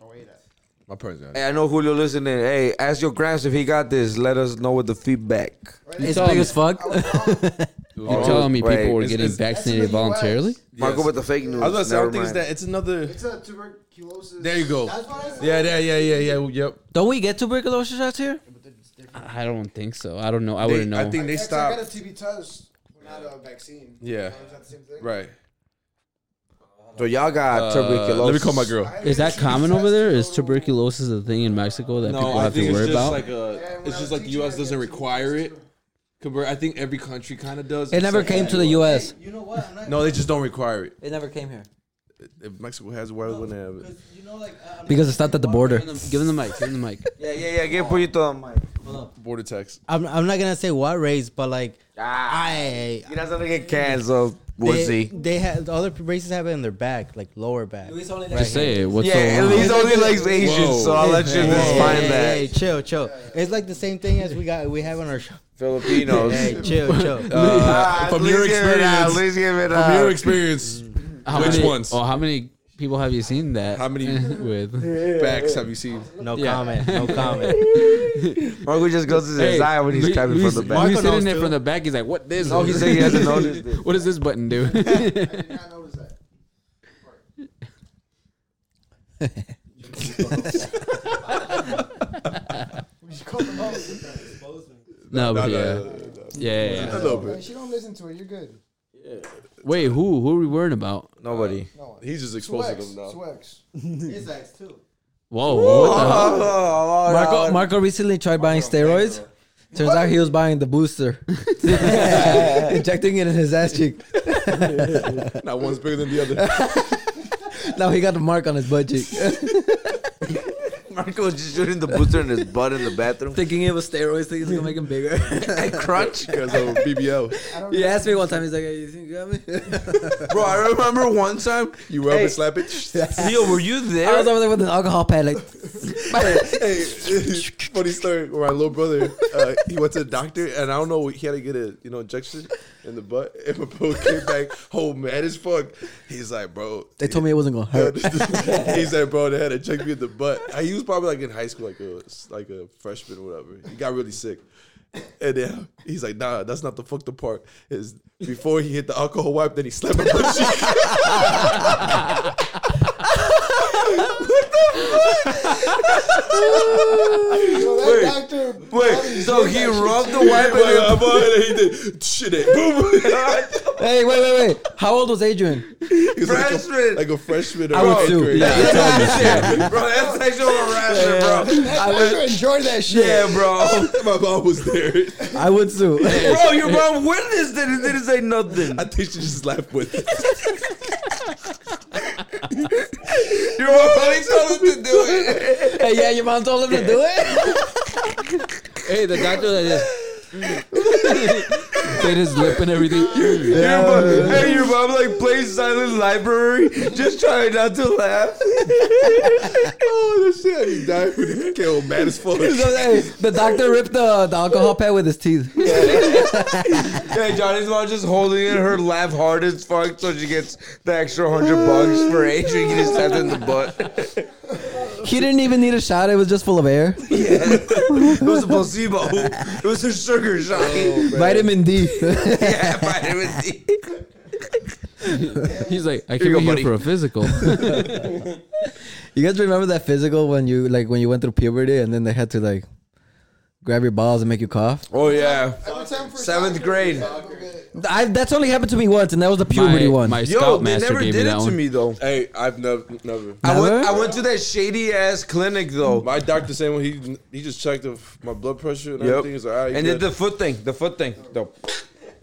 S10: Oh wait, that.
S4: My parents got it.
S3: Hey, I know Julio listening. Hey, ask your Gramps if he got this. Let us know with the feedback.
S1: It's
S2: tell
S1: big
S2: me.
S1: as fuck.
S10: I was wrong.
S2: You're
S3: Oh,
S2: telling me
S3: wait,
S2: people were
S4: it's-
S2: getting
S4: it's-
S2: vaccinated
S10: that's in the US.
S2: voluntarily?
S3: Marco
S4: Yes.
S3: with the fake news.
S4: I was gonna say, I
S3: Never
S4: don't think it's
S3: mind.
S4: that. It's another.
S10: It's a tuberculosis.
S4: There you go.
S10: That's what I said.
S4: Yeah, yeah, yeah, yeah, yeah. Yep.
S1: Don't we get tuberculosis shots here?
S10: But it's different.
S2: I don't think so. I don't know. I
S4: They-
S2: wouldn't know.
S4: I think they
S10: Actually, I
S4: stopped.
S10: got a TB test, but not a vaccine.
S4: Yeah.
S10: Is that the same thing?
S4: Right.
S3: So y'all got
S4: Uh,
S3: tuberculosis.
S4: Let me call my girl.
S10: I had
S2: Is
S10: a
S2: that
S10: TB
S2: common
S10: test
S2: over there? Is
S10: for-
S2: tuberculosis a thing in Mexico that people have to worry about?
S4: a.
S10: when I was teaching, I had TB test too.
S4: Compare- I think every country kind of does.
S1: It never
S4: except
S1: came to the
S4: Mexico.
S1: U.S.
S12: You know what? I'm not.
S4: No, they just don't require it.
S1: It never came here
S4: If Mexico has it, why wouldn't they have it?
S12: 'cause You know, like. I- I'm
S1: because it
S12: not-
S1: stopped at the border.
S2: Give them, give them the mic. Give them the mic.
S3: Yeah, yeah, yeah. Get pollito on mic.
S4: Border tax.
S12: I'm, I'm not gonna say what race, but like,
S3: Ah,
S12: I.
S3: he doesn't get canceled.
S12: They,
S3: Wussy.
S12: they have the other races have it in their back, like lower back.
S2: Just say it. What's
S3: Yeah,
S2: so uh,
S3: at
S2: wrong?
S3: least only likes Asians, so I'll let you
S12: Hey, hey,
S3: just
S12: hey,
S3: find that.
S12: hey, chill, chill. It's like the same thing as we got we have on our show.
S3: Filipinos.
S12: Hey, chill, chill.
S3: Ah,
S4: Uh, from
S3: please
S4: your
S3: give it out,
S4: experience,
S3: please give it
S4: from your
S3: out.
S4: experience,
S2: How
S4: Which
S2: many,
S4: ones?
S2: Oh, how many people have you seen that?
S4: How many-
S2: with?
S4: facts have you seen?
S12: No
S2: Yeah.
S12: comment. No comment.
S3: Marco just goes to his eye when he's
S2: Lu-
S3: typing
S2: Luis-
S3: from the back.
S2: Luis sitting
S12: knows
S2: there
S12: too.
S2: from the back. He's like, "What this?
S3: No, he said he hasn't noticed it.
S2: what does this button do?"
S10: I did not notice that. What you call them all?
S2: no,
S4: No,
S2: but yeah.
S4: no, no,
S2: yeah, yeah,
S4: A
S2: yeah.
S4: little
S10: Hey,
S4: bit.
S10: She don't listen to it. You're good.
S2: Wait, who? Who are we worrying about?
S3: Nobody.
S10: No.
S4: He's just exposing
S10: Swex.
S4: them now.
S10: Swex.
S12: His ex too.
S2: Whoa! What
S3: Oh,
S2: the hell?
S1: Marco, Marco recently tried buying steroids. Turns out he was buying the booster, injecting it in his ass cheek.
S4: Not one's bigger than the other.
S1: Now he got the mark on his butt cheek,
S3: Marco was just shooting the booster in his butt in the bathroom.
S1: thinking it was steroids, thinking it's gonna make him bigger.
S3: I crunch.
S4: Because of BBL.
S10: I don't
S1: He
S10: know.
S1: asked me one time, he's like, hey, "You think you got me?"
S3: Bro, I remember one time.
S4: You rub
S3: Hey.
S4: and slap it.
S3: Leo, were
S1: I
S3: you
S1: was
S3: there?
S1: over there with an alcohol pad, like,
S4: hey, funny story. My little brother, uh, he went to the doctor, and I don't know. He had to get a you know injection in the butt, and my bro came back home mad as fuck. He's like, bro.
S1: they told me it wasn't gonna hurt.
S4: He's like, bro, they had to check me in the butt. I, he was probably like in high school, like a like a freshman or whatever. He got really sick. And then he's like, nah, that's not the fucked up part. Is before he hit the alcohol wipe, then he slapped my butt cheek.
S10: So that doctor.
S4: Wait,
S3: So he rubbed the wipe
S4: wipe my,
S3: in
S4: my butt, and he did shit. it, Boom.
S1: hey, wait, wait, wait! How old was Adrian?
S4: He was like a-
S3: Freshman.
S4: Like a, freshman or
S1: I would
S4: eighth
S1: sue.
S4: grade.
S1: Yeah.
S3: bro, that's sexual harassment, bro.
S1: I wish you enjoyed that shit.
S3: Yeah, bro.
S4: My mom was there.
S1: I would sue.
S3: Bro, your mom witnessed it and didn't say nothing.
S4: I think she just laughed with it.
S3: Your mom probably told him to do it.
S1: hey, yeah, your mom told him to do it.
S2: Hey, the doctor that is. Bit his lip and everything.
S3: Your mom, hey, your mom like plays silent library, just trying not to laugh.
S4: oh, that shit. He died with it. Kale, mad as fuck.
S1: So, hey, the doctor ripped the, the alcohol pad with his teeth.
S3: Yeah, Johnny's mom just holding in her laugh hard as fuck so she gets the extra hundred bucks for Adrian. He just tapped in the butt.
S1: He didn't even need a shot. It was just full of air.
S3: It was a placebo. It was a sugar shot.
S1: Vitamin D.
S3: yeah, vitamin D.
S2: He's like, I came here for a physical.
S1: you guys remember that physical when you like when you went through puberty and then they had to like grab your balls and make you cough?
S3: Oh yeah.
S10: Every time for
S3: Seventh grade.
S1: I, that's only happened to me once, and that was the puberty
S2: my,
S1: one.
S2: My
S3: Yo, they
S2: scoutmaster
S3: never
S2: gave
S3: did
S2: me
S3: it
S2: that
S3: to
S2: one.
S3: me though.
S4: Hey, I've never, never.
S3: I went,
S1: Never?
S3: I went to that shady ass clinic though.
S4: My doctor said when he he just checked if my blood pressure and
S3: Yep.
S4: everything. He's like, all right,
S3: And
S4: good.
S3: did the foot thing. The foot thing. though.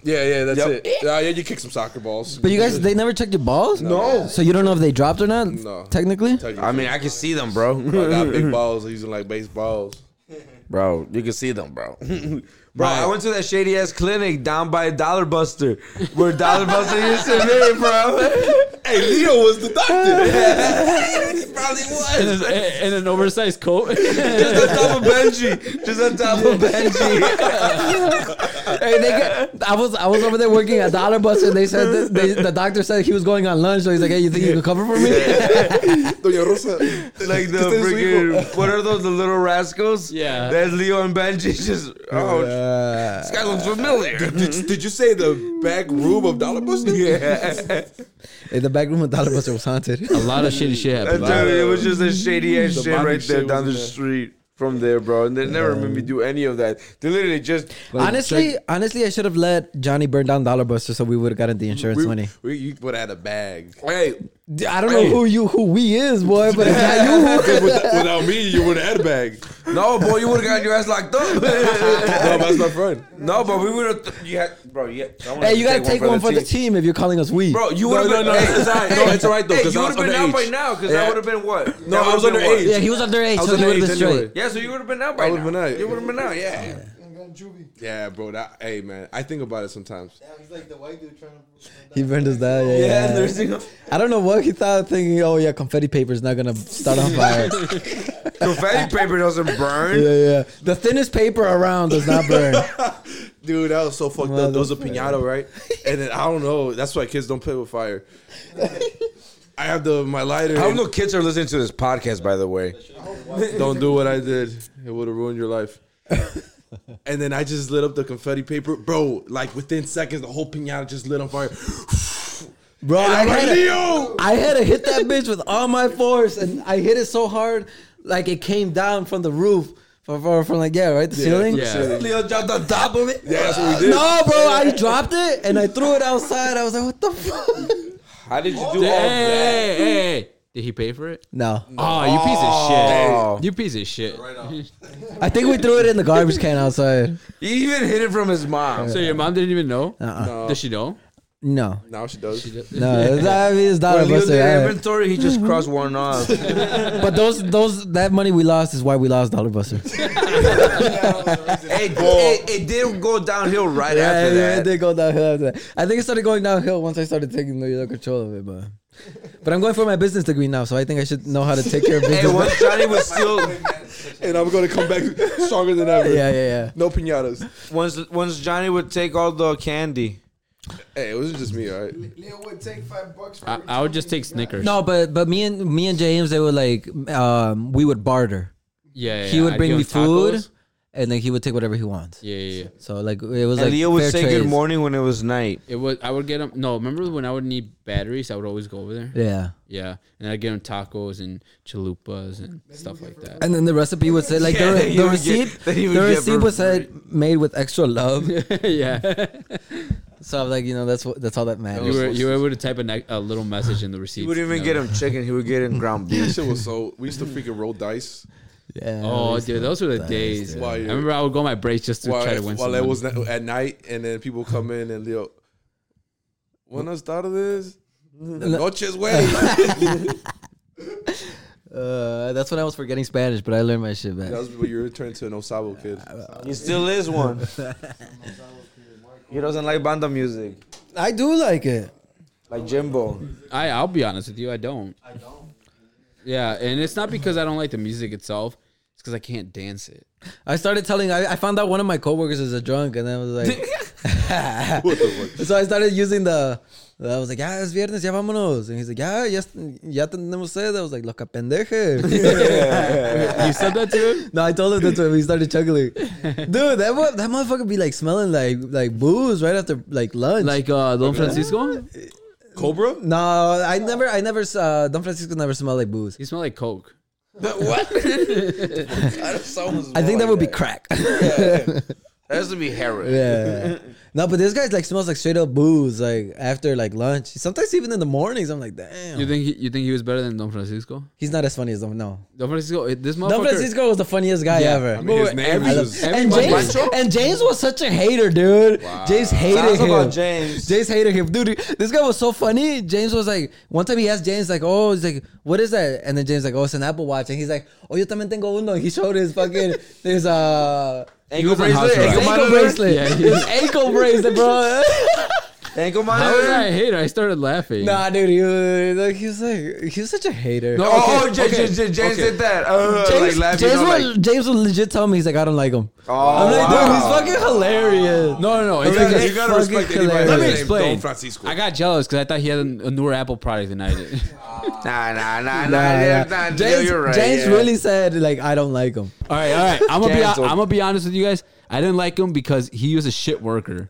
S4: yeah, yeah, that's
S3: Yep.
S4: it. Nah, yeah, you kick some soccer balls.
S1: but you guys, they never checked your balls.
S4: No.
S1: So you don't know if they dropped or not.
S4: No.
S1: Technically.
S3: I mean, I can see them, bro.
S4: I got big balls. Using like baseballs.
S3: Bro, you can see them, bro. bro, I went to that shady ass clinic down by Dollar Buster, where Dollar Buster used to be, bro.
S4: Hey, Leo was the doctor.
S3: Probably
S2: In
S3: was.
S2: an, in an oversized coat.
S3: Just on top of Benji. Just on top of Benji.
S1: Hey, they got, I was I was over there working at Dollar Buster. They said that they, the doctor said he was going on lunch, so he's like, "Hey, you think you could cover for me?"
S4: Doña Rosa.
S3: like the
S4: Este es su hijo.
S3: freaking, what are those, the little rascals?
S2: Yeah.
S3: That's Leo and Benji. Just, oh, this guy looks familiar.
S4: Did, did you say the back room of Dollar Buster?
S3: Yeah.
S1: Hey, the back room of Dollar Buster was haunted.
S2: a lot of shitty shit
S3: That
S2: happened.
S3: time, it was just a shady ass
S4: The
S3: shit
S4: mommy
S3: right there
S4: shit
S3: down uh, the
S4: was in there.
S3: street from there, bro. And they never made me do any of that. They literally just
S1: honestly, honestly, I should have let Johnny burn down Dollar Buster so we would have gotten the insurance money.
S4: We, we, you would have had a bag.
S3: Hey,
S1: I don't know who you who we is, boy, but it's not you.
S4: With- without me, you would have had a bag.
S3: no, oh, boy, you would have gotten your ass locked up.
S4: No, that's my friend.
S3: no, but we would have. Th- you had, bro. You had, I wanna
S1: Hey, you gotta take one for the team if you're calling us we.
S3: Bro, you would
S4: No,
S3: have been.
S4: no, no,
S3: hey,
S4: it's all right. No,
S3: hey,
S4: it's all right, though,
S3: Hey,
S4: 'cause
S3: you
S4: I
S3: would have
S4: was
S3: been out
S4: underage.
S3: by now, because I
S4: Yeah.
S3: would have been what?
S4: No,
S3: That
S4: I was
S3: would've been
S4: underage.
S1: yeah, he was underage,
S4: I was
S1: so he would have
S4: underage
S1: been straight.
S4: anyway.
S3: what? Yeah, so you would have been out by
S4: I would've
S3: now.
S4: been out.
S3: You would have been out. Yeah.
S4: Yeah, bro. That, hey, man. I think about it sometimes.
S10: He's like the white dude trying to.
S1: He burned us down. Yeah, yeah. I don't know what he thought, thinking, "Oh yeah, confetti paper's not gonna start on fire."
S3: Confetti paper doesn't burn.
S1: yeah, yeah. The thinnest paper around does not burn.
S4: Dude, that was so fucked up. There was a pinata, right? And then I don't know. That's why kids don't play with fire. I have the my lighter.
S3: I don't
S4: and-
S3: know. Kids are listening to this podcast, by the way.
S4: Don't do what I did. It would have ruined your life. and then I just lit up the confetti paper, bro. Like within seconds, the whole pinata just lit on fire.
S1: Bro,
S4: And
S1: I
S4: I'm like,
S1: had, a,
S4: Leo,
S1: I had to hit that bitch with all my force, and I hit it so hard, like it came down from the roof, from, from, from like yeah, right, the ceiling.
S2: Yeah.
S3: Leo dropped on top of it.
S4: that's what we did.
S1: No, bro, I dropped it and I threw it outside. I was like, what the fuck?
S3: How did you do all
S2: Hey,
S3: that?
S2: hey, hey, hey. Did he pay for it?
S1: No,
S2: Oh, you piece
S3: Oh.
S2: of shit. You piece of shit.
S1: I think we threw it in the garbage can outside.
S3: He even hid it from his mom.
S2: So your mom didn't even know?
S1: Uh-uh.
S2: Does she know?
S1: No,
S4: Now she does.
S1: no, it's, I mean, it's dollar
S3: When Leo did
S1: buster. all right.
S3: inventory, he just crossed one off.
S1: But those, those, that money we lost is why we lost dollar buster.
S3: Hey, it, it did go downhill right
S1: yeah,
S3: after
S1: yeah, it
S3: that.
S1: did go downhill after that. I think it started going downhill once I started taking the control of it, but. But I'm going for my business degree now, so I think I should know how to take care of business.
S3: Hey, once Johnny was still
S4: And I'm gonna come back stronger than ever.
S1: yeah, yeah, yeah.
S4: No pinatas.
S3: once once Johnny would take all the candy.
S4: Hey, it wasn't just me, all right.
S10: Leo would take five bucks. For
S2: I,
S10: every
S2: I would
S10: time
S2: just
S10: he
S2: take
S10: got-
S2: Snickers.
S1: No, but but me and me and James, they were like, um, we would barter.
S2: Yeah, yeah
S1: he
S2: yeah.
S1: would
S2: I'd
S1: bring
S2: give
S1: me
S2: him
S1: food,
S2: tacos.
S1: and then he would take whatever he wants.
S2: Yeah, yeah, yeah.
S1: So like it was
S3: And
S1: like
S3: Leo would
S1: fair
S3: say good
S1: trades.
S3: morning when it was night.
S2: It would. I would get him. No, remember when I would need batteries? I would always go over there.
S1: Yeah,
S2: Yeah, and I'd get him tacos and chalupas and stuff like that.
S1: and then the recipe would say like
S3: Yeah,
S1: the,
S3: he
S1: the
S3: would get-
S1: receipt,
S3: that he would
S1: the
S3: get
S1: receipt
S3: for
S1: was said made with extra love.
S2: yeah,
S1: so I'm like, you know, that's what that's all that
S2: you
S1: matters.
S2: were you were able to type a, ne- a little message in the receipt.
S3: He wouldn't even get him chicken. He would get him ground
S4: That
S3: beef.
S4: shit was so. We used to freaking roll dice
S1: Yeah.
S2: Oh, dude, those were the days.
S4: dude. Why
S2: I
S4: you-
S2: remember I would go on my breaks just to
S4: while,
S2: try to win.
S4: while
S2: some
S4: it
S2: money.
S4: was na- at night, and then people come in and Leo. When I started this, noches way.
S1: Uh, that's when I was forgetting Spanish, but I learned my shit back.
S4: that was when you were turned to an Osabo kid.
S3: He still is one. he doesn't like banda music,
S1: I do like it.
S3: like Jimbo.
S2: I I'll be honest with you, I don't. I don't. Yeah, and it's not because I don't like the music itself. It's because I can't dance it.
S1: I started telling. I, I found out one of my coworkers is a drunk, and I was like,
S4: What the fuck?
S1: so I started using the I was like, ya es viernes, ya vámonos. And he's like, ya, ya, ya tenemos sed. I was like, loca pendeje.
S2: You said that to him?
S1: no, I told him that's when we started chuckling. Dude, that mo- that motherfucker be like smelling like like booze right after like lunch.
S2: Like uh, Don Francisco?
S3: Cobra?
S1: no, I never, I never, uh, Don Francisco never smelled like booze.
S2: He smelled like Coke.
S1: I think that would be crack.
S3: That has to be heroin.
S1: Yeah. no, but this guy like smells like straight up booze, like after like lunch. Sometimes even in the mornings, I'm like, damn.
S2: You think he, you think he was better than Don Francisco?
S1: He's not as funny as Don. No,
S2: Don Francisco, eh, this motherfucker.
S1: Don Francisco was the funniest guy
S2: Yeah,
S1: ever.
S4: I mean, his name
S1: I love-
S4: is.
S1: and
S2: everybody-
S1: James and James was such a hater, dude. James hated
S3: Tell us
S1: him.
S3: about James.
S1: James hated him, dude. This guy was so funny. James was like, one time he asked James like, "Oh, he's like, what is that?" And then James like, "Oh, it's an Apple Watch." And he's like, "Oh, yo también tengo uno." He showed his fucking his uh
S3: Ankle
S2: was on house
S1: his ankle
S2: arrest.
S3: bracelet? Ankle monitor?
S1: bracelet.
S2: Yeah, he-
S1: his ankle bracelet, bro.
S3: Ankle
S2: How was I
S3: monitor?
S2: a hater? I started laughing.
S1: Nah, dude, he was, like, he was like he was such a hater.
S2: No,
S3: Oh, oh,
S2: okay,
S3: James,
S2: okay,
S3: James, James, James
S2: okay.
S3: did that. Uh,
S1: James,
S3: like laughing,
S1: James,
S3: I'm
S1: will,
S3: like,
S1: James will legit tell me he's like, I don't like him.
S3: oh,
S1: I'm like, dude, he's
S3: wow.
S1: fucking hilarious.
S2: No, no, no. It's
S4: You
S1: Okay.
S2: because
S4: gotta, you gotta
S1: fucking
S4: respect
S1: hilarious.
S4: anybody.
S2: Let
S4: Let
S2: me
S4: me
S2: explain.
S4: Don Francisco.
S2: I got jealous because I thought he had a, a newer Apple product than I did.
S3: Nah, nah, nah, nah,
S1: Nah,
S3: yeah,
S1: nah.
S3: nah, nah,
S1: James,
S3: you're right.
S1: James
S3: yeah.
S1: really said like I don't like him.
S2: all right, all right. I'm gonna be
S3: Canceled.
S2: I'm gonna be honest with you guys. I didn't like him because he was a shit worker.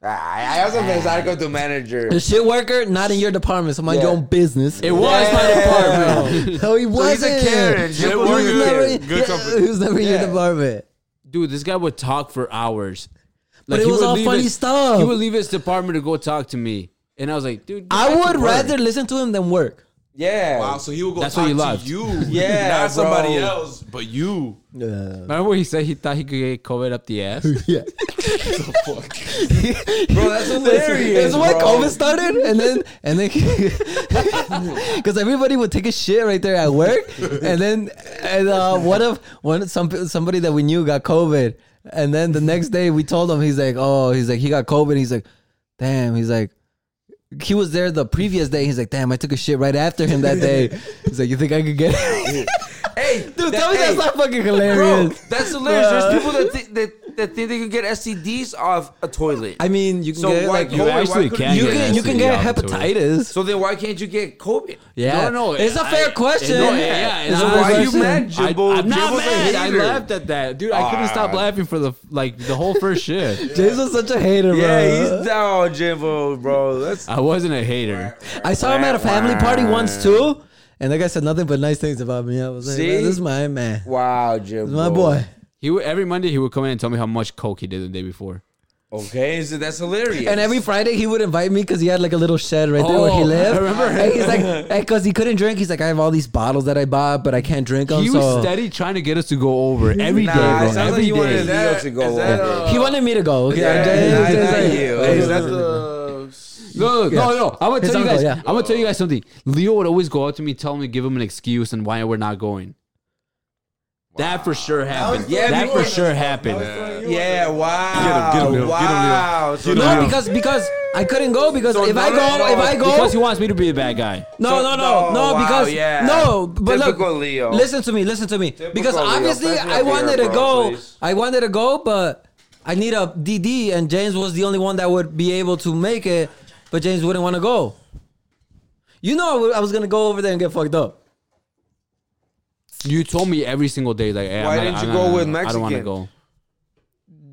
S3: I, I also pensar con tu manager.
S1: The shit worker, not in your department, so mind your own business.
S2: It was my department,
S1: no, he wasn't.
S3: Karen.
S1: He
S3: Shit
S1: was
S3: worker.
S1: never in-
S3: Good
S1: yeah,
S3: company.
S1: He was never in your department.
S2: dude. This guy would talk for hours.
S1: But
S2: Like,
S1: it
S2: he
S1: was
S2: would
S1: all
S2: leave
S1: funny
S2: his-
S1: stuff.
S2: He would leave his department to go talk to me, and I was like, dude,
S1: I
S2: get back
S1: would
S2: to work.
S1: rather listen to him than work.
S3: Yeah.
S4: Wow, so he will go
S2: That's
S4: talk
S2: what he
S4: to
S2: loved.
S4: you,
S3: Yeah,
S4: not somebody
S3: bro.
S4: else, but you.
S2: Remember when he said he thought he could get COVID up the ass?
S1: yeah,
S3: Bro, that's hilarious.
S1: that's why
S3: bro.
S1: COVID started, and then and then because everybody would take a shit right there at work, and then and uh, what if one some somebody that we knew got COVID, and then the next day we told him he's like, oh, he's like he got COVID, he's like, damn, he's like. He was there the previous day. He's like, "Damn, I took a shit right after him that day." He's like, "You think I could get it?"
S3: Hey,
S1: Dude,
S3: that-
S1: tell me
S3: hey,
S1: that's not fucking
S3: Bro,
S1: hilarious.
S3: that's hilarious.
S1: Bruh.
S3: There's people that, thi- that that think they can get STDs off a toilet.
S1: I mean, you can
S3: so
S1: get
S3: why
S1: like
S3: COVID? Why
S2: actually
S3: couldn't
S2: can
S1: you
S2: get
S1: can you can
S2: STD
S1: get
S2: off the toilet.
S1: hepatitis.
S3: So then why can't you get COVID?
S1: Yeah,
S2: No, no,
S1: it's a
S2: I-
S1: fair
S2: I-
S1: question.
S2: no, yeah, yeah,
S1: It's
S2: it's
S1: a
S2: a
S1: fair
S3: Why are you
S1: question.
S3: mad,
S2: I,
S3: Jimbo?
S2: am not
S3: Jimbo's a
S2: mad. I
S3: hater.
S2: laughed at that, dude. I couldn't stop laughing for the like the whole first shift.
S1: James was such a hater, bro.
S3: Yeah, he's down, Jimbo, bro. That's
S2: I wasn't a hater.
S1: I saw him at a family party once too, and that guy said nothing but nice things about me. I was like,
S3: See?
S1: "Man, this is my man,
S3: wow, Jimbo.
S1: this is my boy.
S2: He would, every Monday he would come in and tell me how much coke he did the day before.
S3: Okay, so that's hilarious.
S1: And every Friday he would invite me because he had like a little shed right there where he
S2: Oh,
S1: lived.
S2: I remember.
S1: And he's like, because he couldn't drink, he's like, I have all these bottles that I bought, but I can't drink them.
S2: He
S1: so
S2: was steady trying to get us to go over every day,
S3: nah,
S2: bro.
S3: it sounds like
S2: every
S3: you wanted
S2: day.
S3: Leo to go over.
S1: he wanted me to go. Okay,
S3: Yeah,
S1: I'm
S3: nah,
S1: just- just
S3: nah,
S1: like-
S3: you.
S4: uh, Hey, is that uh, the?
S2: No, no, no, no. I'm gonna
S1: His
S2: tell you
S1: uncle,
S2: guys.
S1: yeah.
S2: I'm gonna tell you guys something. Leo would always go out to me, tell me, give him an excuse and why we're not going. That for sure happened.
S10: was
S2: Yeah,
S3: throwing
S2: that
S3: you
S2: for
S3: under
S2: sure happened.
S3: Yeah, wow.
S4: Get him, get him, Leo. Get him, Leo.
S3: Wow. So
S1: No,
S3: now-
S1: because because I couldn't go because
S3: So
S1: if I
S3: no,
S1: go
S3: no, no,
S1: if I go
S2: Because he wants me to be the bad guy.
S1: No,
S3: So-
S1: no, no,
S3: no,
S1: no,
S3: wow,
S1: because
S3: yeah.
S1: no, but
S3: Typical
S1: look,
S3: Leo.
S1: listen to me, listen to me, because
S3: Leo.
S1: obviously
S3: Pass me a
S1: I wanted
S3: beer,
S1: to
S3: bro,
S1: go,
S3: please.
S1: I wanted to go, but I need a DD, and James was the only one that would be able to make it, but James wouldn't want to go. You know, I wa- I was gonna go over there and get fucked up.
S2: You told me every single day, like, hey,
S3: Why
S2: I'm not-
S3: didn't you
S2: I'm not-
S3: go with
S2: I don't want to
S3: Mexican?
S2: go.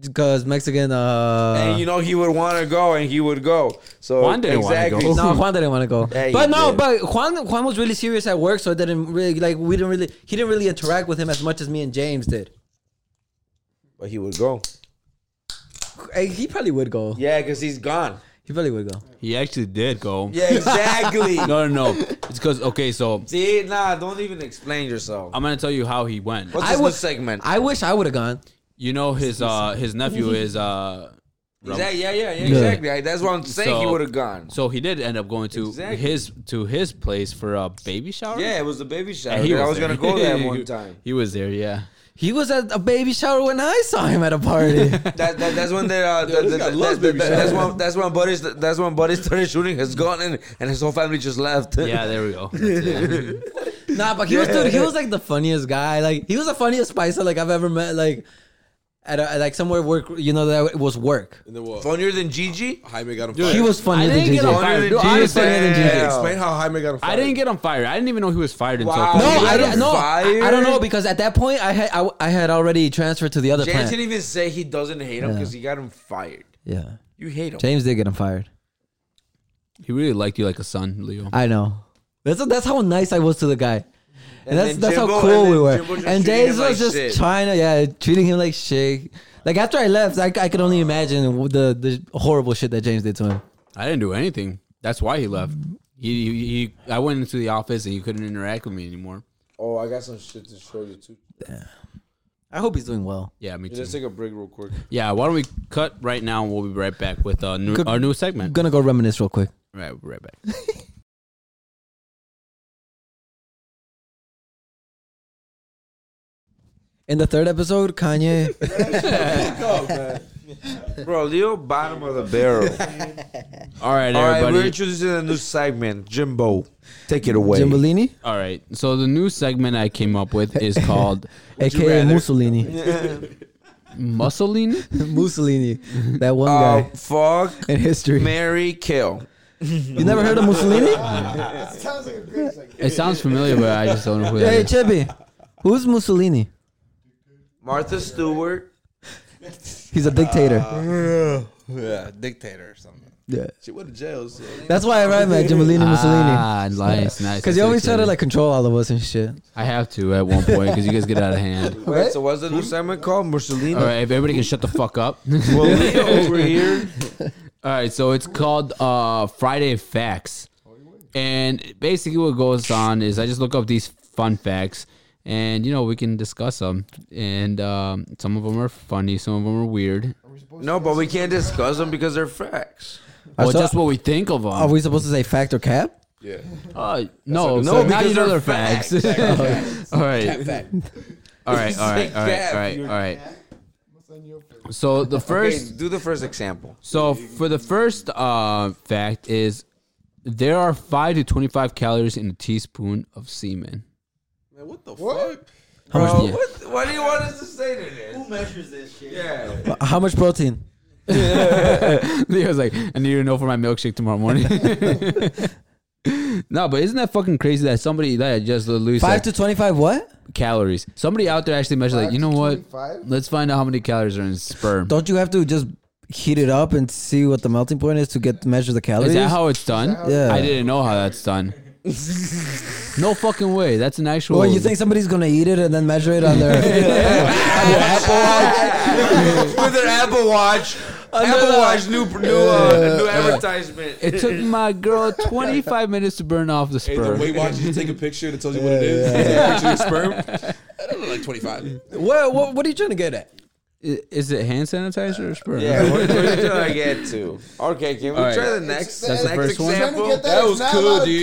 S1: Because Mexican, uh,
S3: and you know he would want to go, and he would go. So
S2: Juan didn't wanna
S3: exactly.
S2: go.
S1: no, Juan didn't want to go.
S3: Yeah, he
S1: but no,
S3: did.
S1: but Juan, Juan was really serious at work, so it didn't really like we didn't really he didn't really interact with him as much as me and James did.
S3: But he would go.
S1: Hey, he probably would go.
S3: Yeah, because he's gone.
S1: He probably would go.
S2: He actually did go.
S3: Yeah, exactly.
S2: No, no, no. It's because okay, so
S3: See, nah, don't even explain yourself.
S2: I'm gonna tell you how he went.
S3: What's
S1: I
S3: this
S1: would-
S3: new segment?
S1: I wish I would have gone.
S2: You know, his uh, his nephew
S3: Mm-hmm.
S2: is uh,
S3: Exactly, yeah, yeah, yeah, exactly. I- That's what I'm saying. he
S2: So-
S3: would have gone.
S2: so he did end up going to
S3: Exactly.
S2: his to his place for a baby shower.
S3: Yeah, it was the baby shower.
S2: And he
S3: that I was
S2: there.
S3: gonna go there one time.
S2: he was there, yeah.
S1: He was at a baby shower when I saw him at a party.
S3: That, that, that's when they, uh, that- that- that- that- that's when that's when buddies that's when buddies started shooting his gun and, and his whole family just left.
S2: Yeah, there we go. That's it.
S1: nah, but he was dude. He was like the funniest guy. Like he was the funniest Spicer like I've ever met. Like at, a, like somewhere work. You know that it was work.
S4: And then what?
S3: Funnier than Gigi?
S4: Jaime got him
S1: He was funnier
S2: I
S1: than
S2: didn't
S1: JJ.
S2: get on fire.
S3: Funnier
S2: Dude,
S3: than
S2: I was
S3: Gigi.
S2: funnier than
S3: Damn.
S2: JJ.
S4: Explain how Jaime got him fired.
S2: Oh. I didn't get on fire. I didn't even know he was fired until.
S3: Wow.
S1: No,
S3: You got
S1: I
S3: him
S1: didn't. No, I, I don't know
S3: fired?
S1: because at that point I had I, I had already transferred to the other
S3: James
S1: plant.
S3: didn't even say he doesn't hate him
S1: Yeah.
S3: because he got him fired.
S1: Yeah,
S3: You hate him.
S1: James did get him fired.
S2: He really liked you like a son, Leo.
S1: I know. That's that's how nice I was to the guy. And, that's
S3: then
S1: that's
S3: Jimbo-
S1: how cool
S3: and
S1: we
S3: then
S1: were.
S3: Jimbo just
S1: And
S3: treating him
S1: James
S3: like
S1: was just
S3: shit.
S1: trying to yeah, treating him like shit. Like after I left, I, I could only imagine the the horrible shit that James did to him.
S2: I didn't do anything. That's why he left. He, he, he I went into the office and he couldn't interact with me anymore.
S4: Oh, I got some shit to show you too.
S1: I hope he's doing well.
S2: Yeah, me
S4: Let's
S2: too.
S4: take a break real quick.
S2: Yeah, why don't we cut right now and we'll be right back with uh, new,
S1: Good-
S2: our new
S1: I'm
S2: segment.
S1: gonna go reminisce real quick.
S2: Right, we'll be right back.
S1: In the third episode, Kanye.
S3: Bro, Leo, bottom of the barrel.
S2: All right,
S3: All right,
S2: everybody.
S3: we're introducing a new segment. Jimbo, take it away.
S1: Jimbolini,
S2: All right. So the new segment I came up with is called
S1: aka Mussolini.
S2: Mussolini.
S1: Mussolini, that
S13: Oh.
S1: one
S3: Uh,
S1: guy
S3: fuck,
S1: in history.
S3: Mary kill.
S1: You never heard of Mussolini?
S10: Sounds like a great segment.
S2: It sounds familiar, but I just don't know who that
S1: hey,
S2: is.
S1: Chevy, who's Mussolini?
S3: Martha Stewart.
S1: He's a dictator.
S13: yeah, dictator or something.
S1: yeah.
S4: She went to jail. So.
S1: That's why I rhyme like Jimbolini, Mussolini.
S2: Ah, nice, nice.
S1: Because you always try to like control all of us and shit.
S2: I have to at one point because you guys get out of hand.
S3: Wait, so what's the new segment called? Mussolini.
S2: All right, if everybody can shut the fuck up. All
S3: Well, Leo over here.
S2: right, so it's called uh, Friday Facts, and basically what goes on is I just look up these fun facts, and you know we can discuss them, and um, some of them are funny, some of them are weird.
S3: No, but we can't discuss them because they're facts.
S2: Well,
S1: so-
S2: just what we think of them.
S13: Oh.
S1: Are we supposed to say fact or cap?
S4: Yeah.
S2: Uh, no,
S3: No,
S2: no, now
S3: because
S2: you know
S3: they're
S2: they're facts. all right. All right, all right, all right, all right, all right. So the first,
S3: Okay, do the first example.
S2: so for the first uh, fact is there are five to twenty-five calories in a teaspoon of semen.
S4: Man, what the fuck?
S1: How much,
S3: Bro, what, what do you want us to say to this? Who measures this shit? Yeah.
S1: how much protein?
S2: Leo's like, I need to know for my milkshake tomorrow morning. no, but isn't that fucking crazy that somebody that just lose
S1: Five to twenty-five. What?
S2: calories? Somebody out there actually measured like, you know what?
S10: 25?
S2: Let's find out how many calories are in sperm.
S1: Don't you have to just heat it up and see what the melting point is to get measure the calories?
S2: Is that how it's done?
S1: Yeah.
S2: I didn't know how that's done. no fucking way. That's an actual.
S1: Well, Oh, you think somebody's gonna eat it and then measure it on their?
S3: With their Apple Watch. Apple Watch, new, new, uh, new advertisement.
S2: it took my girl 25 minutes to burn off the
S4: Hey, the
S2: sperm?
S4: Weight Watchers, you take a picture that tells you what it is. It's a picture of your sperm. I don't know, like 25.
S1: what, what What are you trying to get at?
S2: I- Is it hand sanitizer or sperm?
S3: Yeah, what, what did I get to? Okay, can we
S2: All right.
S3: try the next,
S10: That's the
S3: next
S2: first one?
S10: Trying to
S3: example?
S10: get that,
S4: That was
S10: it's not
S4: cool,
S10: a lot of
S4: dude.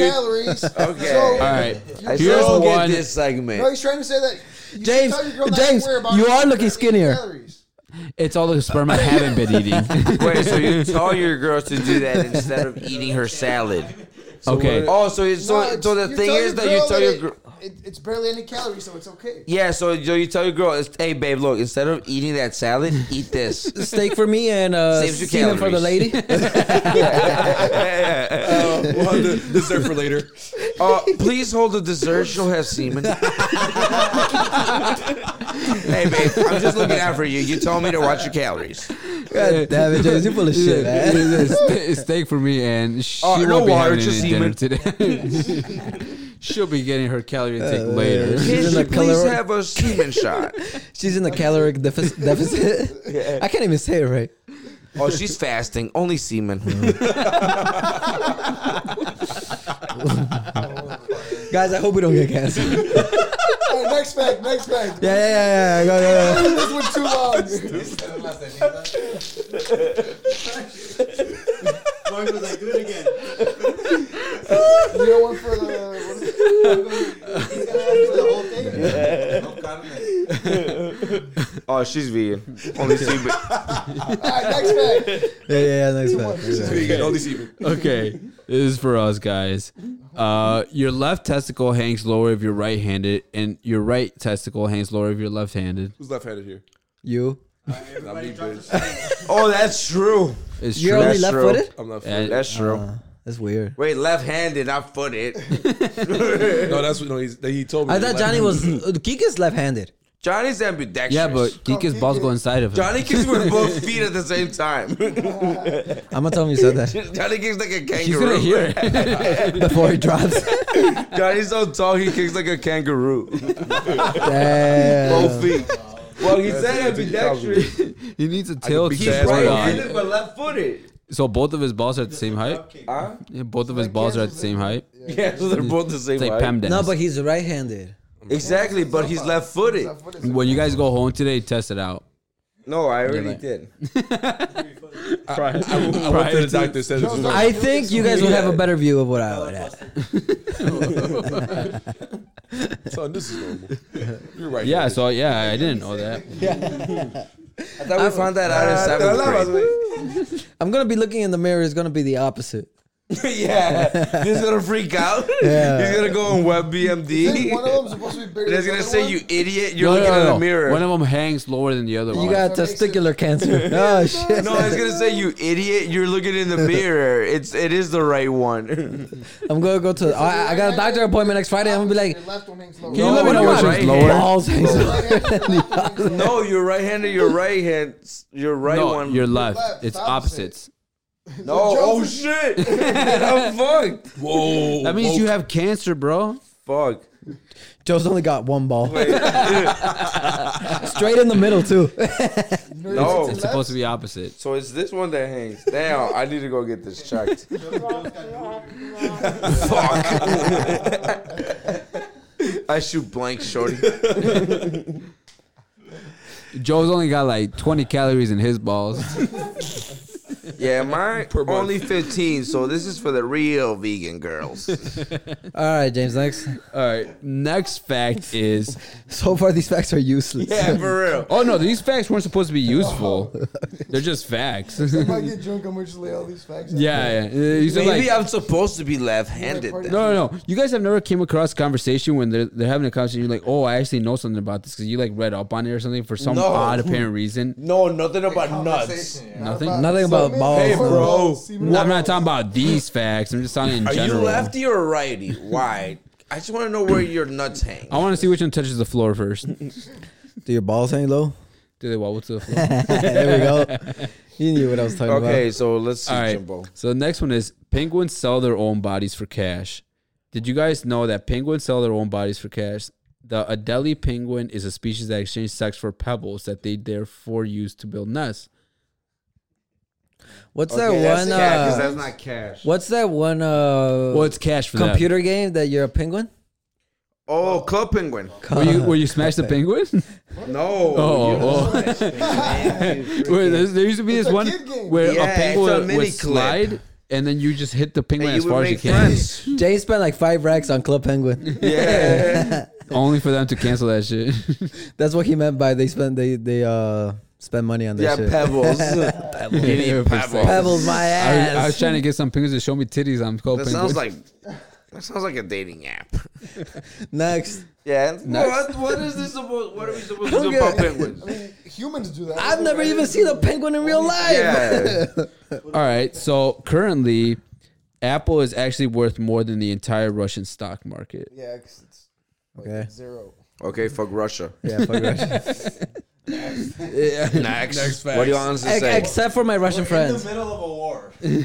S10: Calories.
S3: Okay.
S10: So,
S2: All right.
S3: I
S2: Here's
S3: still get
S2: one.
S3: this segment.
S10: No, he's trying to say that. You should
S1: James,
S10: tell your girl not to
S1: James,
S10: worry about
S1: you are
S10: eating
S1: looking skinnier.
S10: calories.
S2: It's all the sperm I haven't been eating.
S3: Wait, so you tell your girls to do that instead of eating her salad?
S2: okay.
S3: Oh, so it's,
S10: No,
S3: so,
S10: it's-
S3: so the
S10: you
S3: thing
S10: tell
S3: is
S10: your
S3: that you
S10: girl
S3: tell your girl.
S10: it- it- It's barely any calories, so it's okay.
S3: Yeah, so you you tell your girl, it's, hey babe, look, instead of eating that salad, eat this.
S1: Steak for me and uh,
S3: Saves you
S1: semen for the
S3: calories.
S1: lady.
S4: Uh, we'll have the dessert for later.
S3: Uh, please hold the dessert. She'll have semen. hey, babe, I'm just looking out for you. You told me to watch your calories.
S1: God damn it, James, you full of shit, man.
S2: It's steak for me, and she
S3: Oh,
S2: won't
S3: no
S2: be
S3: water,
S2: having
S3: just
S2: any dinner
S3: semen.
S2: today. She'll be getting her calorie
S3: Uh,
S2: intake later.
S1: She's
S3: Can
S1: in
S3: she
S1: a
S3: please
S1: caloric-
S3: have a semen shot?
S1: She's in a caloric defic- deficit. I can't even say it right.
S3: Oh, she's fasting. Only semen.
S1: Guys, I hope we don't get canceled. yeah,
S4: Oh,
S10: All right, next fact, next fact.
S1: yeah, yeah, yeah. Go, go, go.
S10: This was too long. You know one for the. What is it? He's gonna have for the whole thing.
S3: oh, she's vegan. Only semen.
S10: All right, next fact.
S1: Yeah, yeah, yeah. Next one.
S4: You get all these even.
S2: Okay, this is for us guys. Uh, your left testicle hangs lower if you're right-handed, and your right testicle hangs lower if you're left-handed.
S4: Who's left handed here?
S1: You.
S4: Not me, bitch.
S3: Oh, that's true.
S2: It's
S1: You're
S2: true.
S1: only left footed?
S4: I'm not.
S2: Yeah,
S3: That's true.
S1: That's weird.
S3: Wait, left-handed, not footed.
S4: No, that's what no, he's, he told me.
S1: I thought Johnny was. uh, Kika's left handed.
S3: Johnny's ambidextrous.
S2: yeah, but Kika's balls go inside of him.
S3: Johnny kicks with both feet at the same time.
S1: I'm going to tell him you said that
S3: Johnny kicks like a
S2: He's gonna
S3: kangaroo.
S2: hear it.
S1: before he drops.
S3: Johnny's so tall he kicks like a kangaroo.
S1: Damn.
S3: Both feet. Well, he said ambidextrous.
S2: he needs a tail.
S4: beat
S2: kick,
S4: your ass
S2: bro.
S4: with a
S2: Uh,
S3: Right-handed but left-footed.
S2: So both of his balls are at the same height.
S3: Huh?
S2: Yeah, both of his balls are at the same height.
S3: Yeah, so they're both the same.
S2: It's like
S3: height.
S2: Pam dance.
S1: No, but he's right handed.
S3: Exactly, but he's left-footed.
S2: when you guys go home today, test it out.
S3: No, I already did.
S4: I, I went to the doctor. Said this was
S1: I think you guys will have a better view of what I would have.
S4: son. This is normal. You're right.
S2: Yeah. So yeah, I didn't know that.
S3: I thought we found that out in seventh grade.
S1: I'm going to be looking in the mirror. It's going to be the opposite.
S3: yeah, he's gonna freak out.
S1: Yeah.
S3: He's gonna go on
S10: Isn't one of
S3: WebBMD.
S10: them supposed to be bigger
S3: And it's
S10: than
S3: gonna
S10: the other
S3: say,
S10: one?
S3: "You idiot! You're
S2: No, no,
S3: looking
S2: no,
S3: in
S2: no.
S3: the mirror."
S2: One of them hangs lower than the other
S3: Oh,
S2: one.
S1: You got testicular cancer. Oh, shit.
S3: no, it's gonna say, "You idiot! You're looking in the mirror." It's it is the right one.
S1: I'm going to go to. I, I got a doctor appointment next Friday. I'm going to be like,
S10: Your left one hangs lower.
S1: Can you let me
S3: No,
S1: know
S3: you're
S1: which
S3: right
S1: one's
S3: hand.
S1: lower? Balls hangs lower.
S3: no, your right hand or your right hand, your right
S2: no,
S3: one.
S2: you're left.
S10: left,
S2: It's
S10: opposite.
S2: opposites.
S3: no, oh shit! I'm fucked.
S4: Whoa.
S2: That means you have cancer, bro.
S3: Fuck.
S1: Joe's only got one ball. Straight in the middle, too.
S3: No.
S2: It's supposed to be opposite.
S3: So it's this one that hangs. Damn, I need to go get this checked. Fuck. I shoot blank, shorty.
S2: Joe's only got like 20 calories in his balls.
S3: Yeah, mine
S4: Per month.
S3: only 15, so this is for the real vegan girls.
S1: All right, James, next.
S2: All right. Next fact is.
S1: So far, these facts are useless.
S3: yeah, for real.
S2: Oh no, these facts weren't supposed to be useful. They're just facts.
S10: If I get drunk, I'm gonna just lay all these facts. out.
S2: Yeah, yeah. These are
S3: Maybe
S2: like,
S3: I'm supposed to be left-handed then.
S2: no, no, no. You guys have never came across a conversation when they're, they're having a conversation. You're like, oh, I actually know something about this because you like read up on it or something for some
S3: No.
S2: odd apparent reason.
S3: No, nothing about nuts.
S2: Nothing.
S1: Nothing about
S10: Semen,
S1: balls.
S10: semen,
S1: Hey,
S3: bro.
S10: balls, semen,
S2: I'm not
S10: balls.
S2: talking about these facts. I'm just talking in
S3: Are you
S2: general.
S3: lefty or righty? Why? I just want to know where your nuts hang.
S2: I want to see which one touches the floor first.
S1: Do your balls hang low?
S2: Do they wobble to the floor?
S1: there we go. You knew what I was talking
S3: Okay, so let's see,
S2: All right.
S3: Jimbo.
S2: So the next one is penguins sell their own bodies for cash. Did you guys know that penguins sell their own bodies for cash? The Adelie penguin is a species that exchanges sex for pebbles that they therefore use to build nests.
S1: about. What's
S3: Okay,
S1: that one?
S3: yeah, 'cause
S1: uh,
S3: that's not cash.
S1: what's that one? Uh,
S2: Well, it's cash for
S1: computer game that you're a penguin?
S3: Oh, Club Penguin.
S2: That. Were you, were
S10: Uh-huh.
S2: you smash the penguin?
S3: No.
S2: Oh,
S3: you
S2: oh.
S3: know that.
S2: Where there's- there used to be
S10: It's
S2: this
S10: a
S2: one
S10: kid game.
S2: where a
S3: Yeah, it's a
S2: penguin
S3: mini
S2: would
S3: clip.
S2: slide and then you just hit the penguin
S3: And
S2: as
S3: you would
S2: far as you
S3: make
S2: can,
S3: friends.
S1: Jay spent like five racks on Club Penguin.
S3: Yeah.
S2: only for them to cancel that shit.
S1: That's what he meant by they spent they they uh spend money on that
S3: Yeah,
S1: shit.
S3: pebbles. You need
S2: Yeah, for
S3: pebbles.
S2: sex.
S1: Pebbles, my
S2: I, was-
S1: ass.
S2: I was trying to get some penguins to show me titties. I'm called
S3: That
S2: penguin.
S3: sounds like that sounds like a dating app.
S1: Next,
S3: Yeah. What, what is this about? What are we supposed to do
S1: get
S3: about
S1: it.
S3: penguins?
S10: I mean, humans do that.
S1: I've never even seen a penguin in real life.
S3: Yeah.
S2: All right. So currently, Apple is actually worth more than the entire Russian stock market.
S10: Yeah, 'cause it's like
S1: Okay.
S10: zero.
S3: Okay. Fuck Russia.
S1: Yeah, fuck Russia.
S3: Next. What do you honestly
S1: Ex-
S3: say?
S1: Except for my Russian friends.
S12: middle of a war.
S2: no,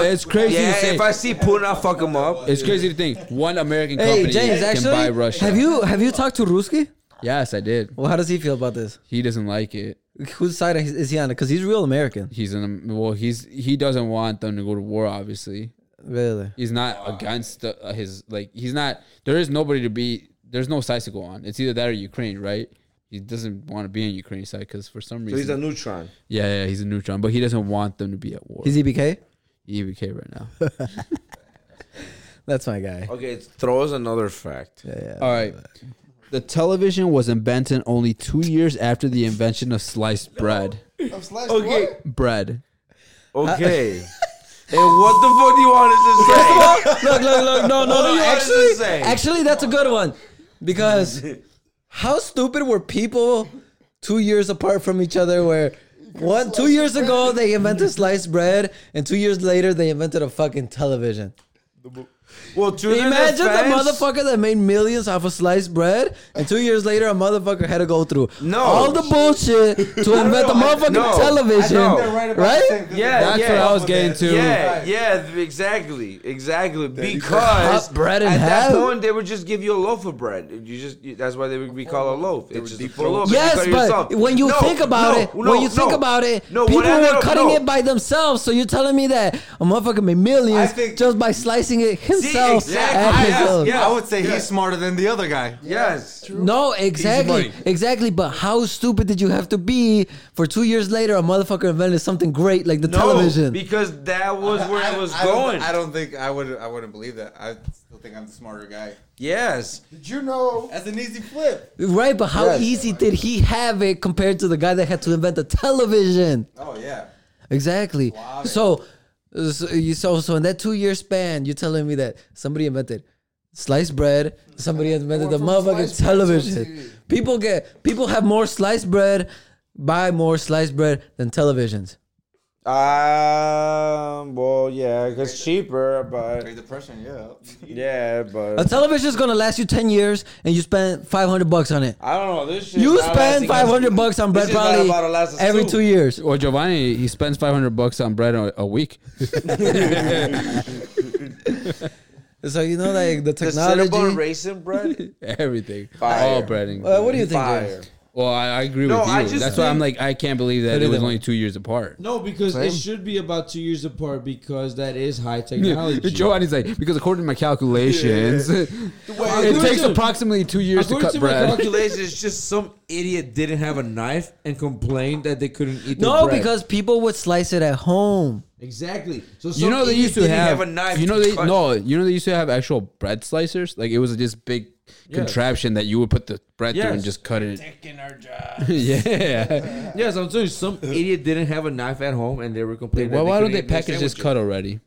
S2: but it's crazy
S3: Yeah.
S2: to say.
S3: If I see Putin, I fuck him up.
S2: it's crazy to think one American company
S1: Hey, James,
S2: can
S1: actually,
S2: buy Russia.
S1: have you have you talked to Ruski?
S2: Yes, I did.
S1: Well, how does he feel about this?
S2: He doesn't like it.
S1: Whose side is is he on? Because he's real American,
S2: He's an well. He's he doesn't want them to go to war. Obviously,
S1: really.
S2: he's not against the, uh, his like. He's not. There is nobody to be. There's no sides to go on. It's either that or Ukraine, right? He doesn't want to be in Ukraine side because for some
S3: So
S2: reason,
S3: he's a neutron.
S2: yeah, yeah, he's a neutron, but he doesn't want them to be at war.
S1: He's EBK.
S2: EBK right now.
S1: That's my guy.
S3: Okay. Throw us another fact.
S2: All right. The television was invented only two years after the invention of sliced bread.
S10: Of sliced
S3: Okay.
S10: what?
S2: Bread.
S1: Uh,
S3: Okay. and what the fuck do you want us to say?
S1: Look, look, look! No, no,
S3: do
S1: no!
S3: you want us to
S1: Actually,
S3: say?
S1: actually, that's a good one because how stupid were people two years apart from each other. Where one two years ago they invented sliced bread, and two years later they invented a fucking television.
S3: Well, to their
S1: Imagine the
S3: defense-
S1: motherfucker that made millions off of sliced bread, and two years later a motherfucker had to go through
S3: No.
S1: all the bullshit to invent the motherfucking
S3: no.
S10: I think
S1: television,
S10: they're right about the same
S1: right?
S10: thing.
S3: Yeah,
S2: That's
S3: yeah.
S2: what I was getting to.
S3: Yeah,
S10: Right.
S3: yeah, th- exactly, exactly. Because
S1: cut bread in
S3: at that
S1: half?
S3: point they would just give you a loaf of bread. You just you- that's why they would be
S1: Oh,
S3: called a loaf. It's just a full loaf. and you
S1: Yes,
S3: cut
S1: but
S3: yourself.
S1: when you
S3: No,
S1: think about
S3: no,
S1: it,
S3: no,
S1: when you think
S3: no.
S1: about it,
S3: No, what
S1: people
S3: ended
S1: were
S3: up-
S1: cutting
S3: no.
S1: it by themselves. So you're telling me that a motherfucker made millions
S12: I think-
S1: just by slicing it himself?
S3: exactly,
S1: at his
S3: yes,
S1: own.
S3: yeah.
S12: I would say he's smarter than the other guy.
S3: Yes.
S1: No, exactly,
S12: money.
S1: exactly. But how stupid did you have to be for two years later a motherfucker invented something great like the
S3: No,
S1: television?
S3: because that was where
S12: I,
S3: it was
S12: I don't-
S3: going.
S12: I don't think I would. I wouldn't believe that. I still think I'm the smarter guy.
S3: yes.
S10: Did you know?
S12: That's an easy flip.
S1: Right, but how easy did he have it compared to the guy that had to invent the television?
S12: Oh yeah.
S1: Exactly.
S12: Wow.
S1: So, so, you- so, so in that two year span, you're telling me that somebody invented sliced bread, somebody invented the
S10: Going from
S1: motherfucking
S10: sliced bread to
S1: television.
S10: TV.
S1: People get people have more sliced bread, buy more sliced bread than televisions.
S3: Um. Well, yeah, because cheaper, but
S12: Great depression. Yeah.
S3: yeah,
S1: A
S3: but
S1: television's gonna last you ten years, and you spend five hundred bucks on it.
S3: I don't know. This shit.
S1: You
S3: not
S1: spend
S3: lasting us-
S1: five hundred bucks on bread
S3: This is not
S1: probably
S3: about to last us
S1: every
S3: too.
S1: two years.
S2: Well, Giovanni, he spends 500 bucks on bread a, a week.
S1: So you know, like the
S3: The cinnamon
S1: technology.
S3: raisin bread.
S2: Everything.
S3: Fire.
S2: All breading.
S1: Uh, what do you think?
S3: Fire.
S1: James?
S2: well, I, I agree
S3: No,
S2: with you.
S3: I just
S2: That's why I'm
S3: think-
S2: like, I can't believe that
S1: do
S2: it
S1: you
S2: was
S1: think?
S2: only two years apart.
S14: No, because it should be about two years apart because that is high technology.
S2: Giovanni's like, because according to my calculations, it
S14: according
S2: takes
S14: to-
S2: approximately two years to
S14: according to
S2: cut
S14: my
S2: bread.
S3: Calculation is just some idiot didn't have a knife and complained that they couldn't eat. their
S1: No,
S3: bread.
S1: because people would slice it at home.
S14: Exactly. So
S2: you know they used to
S3: didn't
S2: have,
S3: have a knife
S2: You know
S3: to
S2: they
S3: cut.
S2: no. You know they used to have actual bread slicers. Like it was this big contraption that you would put the bread through and
S3: Yes.
S2: just cut it. yeah.
S3: yes, I'm telling you, some idiot didn't have a knife at home and they were complaining.
S2: well,
S3: that
S2: why don't
S3: couldn't
S2: they
S3: eat their
S2: package this
S3: sandwiches.
S2: cut already?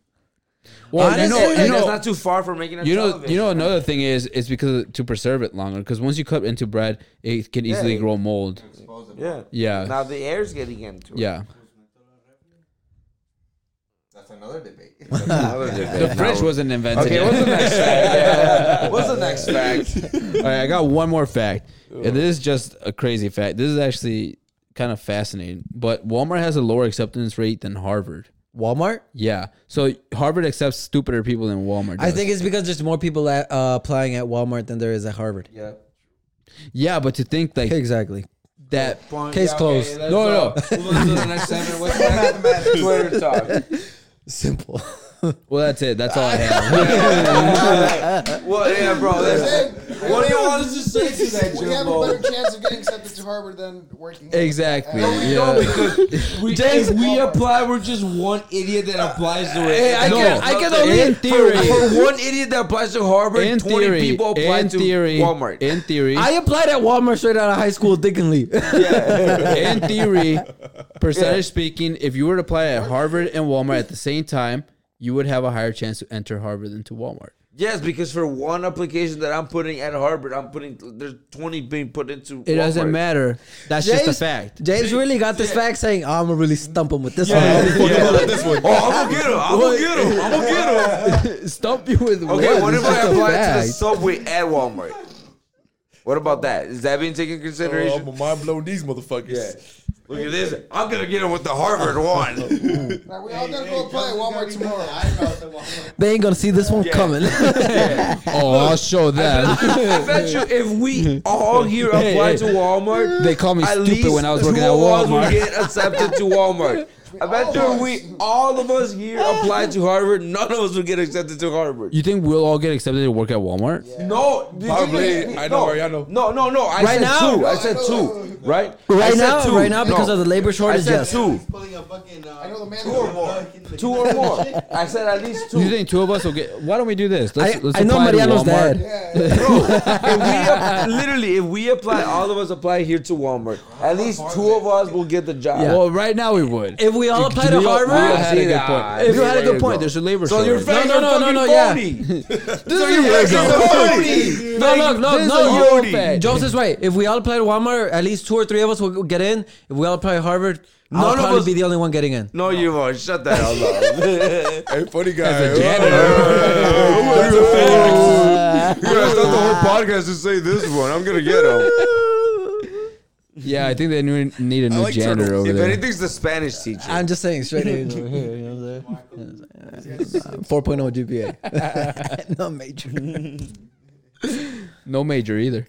S2: Well,
S3: Honestly,
S2: you know, you
S3: and that's
S2: know,
S3: not too far from making a
S2: you know,
S3: television.
S2: you know. Another thing is, it's because to preserve it longer. Because once you cut into bread, it can easily
S3: it-
S2: grow mold.
S3: Yeah.
S2: Yeah.
S3: Now the air's getting into it.
S2: yeah.
S12: That's another debate.
S2: The fridge wasn't invented.
S3: Okay,
S2: yet.
S3: what's the next fact? What's the next fact?
S2: All right, I got one more fact. And this is just a crazy fact. This is actually kind of fascinating. But Walmart has a lower acceptance rate than Harvard.
S1: Walmart.
S2: Yeah. So Harvard accepts stupider people than Walmart.
S1: I
S2: does.
S1: think it's because there's more people at, uh, applying at Walmart than there is at Harvard.
S2: Yeah, but to think like
S1: Exactly.
S2: that.
S3: Oh,
S1: Case closed.
S2: No, no. no.
S3: Move on to the next segment. What's next? Twitter talk.
S1: Simple.
S2: Well, that's it. That's all I have.
S3: Well, yeah, bro. That's, what do you want us to say to that,
S10: We have a
S3: Jimbo?
S10: better chance of getting accepted to Harvard than working. here.
S2: exactly.
S10: No, we
S2: yeah.
S3: We, if we apply, we're just one idiot that applies to it.
S2: Hey, I
S3: No,
S2: can- I can only- In
S3: for-
S2: theory.
S3: For, one idiot that applies to Harvard,
S2: In
S3: 20
S2: theory,
S3: people apply
S2: in
S3: to
S2: theory,
S3: Walmart.
S2: in theory,
S1: I applied at Walmart straight out of high school, Dickinley.
S2: in theory, percentage speaking, if you were to apply at Harvard and Walmart at the same time, you would have a higher chance to enter Harvard than to Walmart.
S3: yes, because for one application that I'm putting at Harvard, I'm putting there's 20 being put into.
S2: It doesn't
S3: Walmart.
S2: matter. That's just a fact.
S1: James really got this fact saying, I'm gonna really stump him with this one.
S3: Oh, I'm gonna get him. I'm gonna get him. I'm gonna get him.
S2: Stump you with
S3: Okay, what if
S2: It's just
S3: I
S2: a
S3: apply to the
S2: fact.
S3: subway at Walmart? What about that? Is that being taken into
S4: Oh,
S3: consideration?
S4: my mind blown these motherfuckers.
S3: Yeah. Look at this. I'm gonna get him with the Harvard one.
S10: Now, we all gotta go apply at Walmart tomorrow.
S1: They ain't gonna see this one coming.
S2: Oh, I'll show them.
S3: I bet you if we all here apply
S2: hey.
S3: to Walmart,
S2: They call me
S3: at
S2: stupid
S3: least
S2: when I was
S3: two
S2: working at
S3: of us
S2: Walmart.
S3: would get accepted to Walmart. I bet you if we all of us here apply to Harvard, none of us would get accepted to Harvard.
S2: you think we'll all get accepted to work at Walmart?
S3: No, did you-
S4: Probably. I know
S3: no,
S4: Mariano.
S3: No, no, no. I
S1: Right
S3: said
S1: now?
S3: two. I said two. Right. I
S1: right
S3: said
S1: now,
S3: two.
S1: right now, because
S3: No.
S1: of the labor
S3: I
S1: shortage,
S3: said
S1: yes.
S3: two.
S12: Pulling a fucking. Uh,
S10: I know the man.
S3: Two or more. I said at least two.
S2: You think two of us will get? Why don't we do this?
S1: I, I know
S2: apply to
S1: Mariano's
S2: Walmart.
S1: dad.
S3: Bro, if we ap- literally, if we apply, all of us apply here to Walmart. At least two of us will get the job.
S2: Well, right now we would.
S1: If we we all apply to
S2: we all-
S1: Harvard.
S2: we all had a good
S3: Ah,
S2: point. You
S3: see,
S2: had a
S3: there
S2: good point. There's a labor
S3: So
S2: shortage.
S3: your friends
S2: no, no,
S3: are
S2: no, no,
S3: fucking
S2: no, yeah.
S3: phony.
S1: This is your
S3: Phony.
S1: No, look, no,
S3: This is a
S1: no,
S3: Yodi.
S1: no. Jones is right. If we all apply to Walmart, at least two or three of us will get in. If we all apply to Harvard, I'll
S3: None of
S1: probably
S3: us-
S1: be the only one getting in.
S3: No, you won't. Shut that hell up.
S4: Hey, funny guy.
S2: As a janitor.
S4: That's a fact.
S3: You guys thought the whole podcast to say this one. I'm gonna get him.
S2: Yeah, I think they knew- need a new
S4: like
S2: janitor
S4: turtles.
S2: over
S3: If
S2: there.
S3: anything's the Spanish teacher.
S1: I'm just saying straight A's over here. You know what I'm saying? Four GPA, not major.
S2: no major either.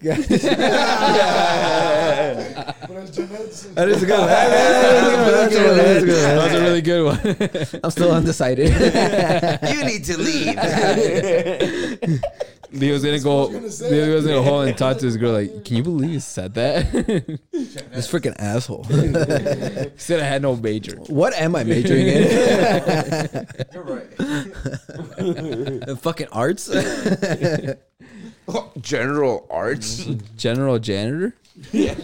S1: That is a good. one. That is a good one. That is a good one.
S2: That's a really good one.
S1: I'm still undecided.
S3: you need to leave.
S2: Leo's gonna go. Leo's gonna go home and talk to his girl. Like, can you believe you said that?
S1: this freaking asshole.
S2: said I had no major.
S1: What am I majoring in? In fucking arts.
S3: General arts.
S2: General janitor.
S3: hey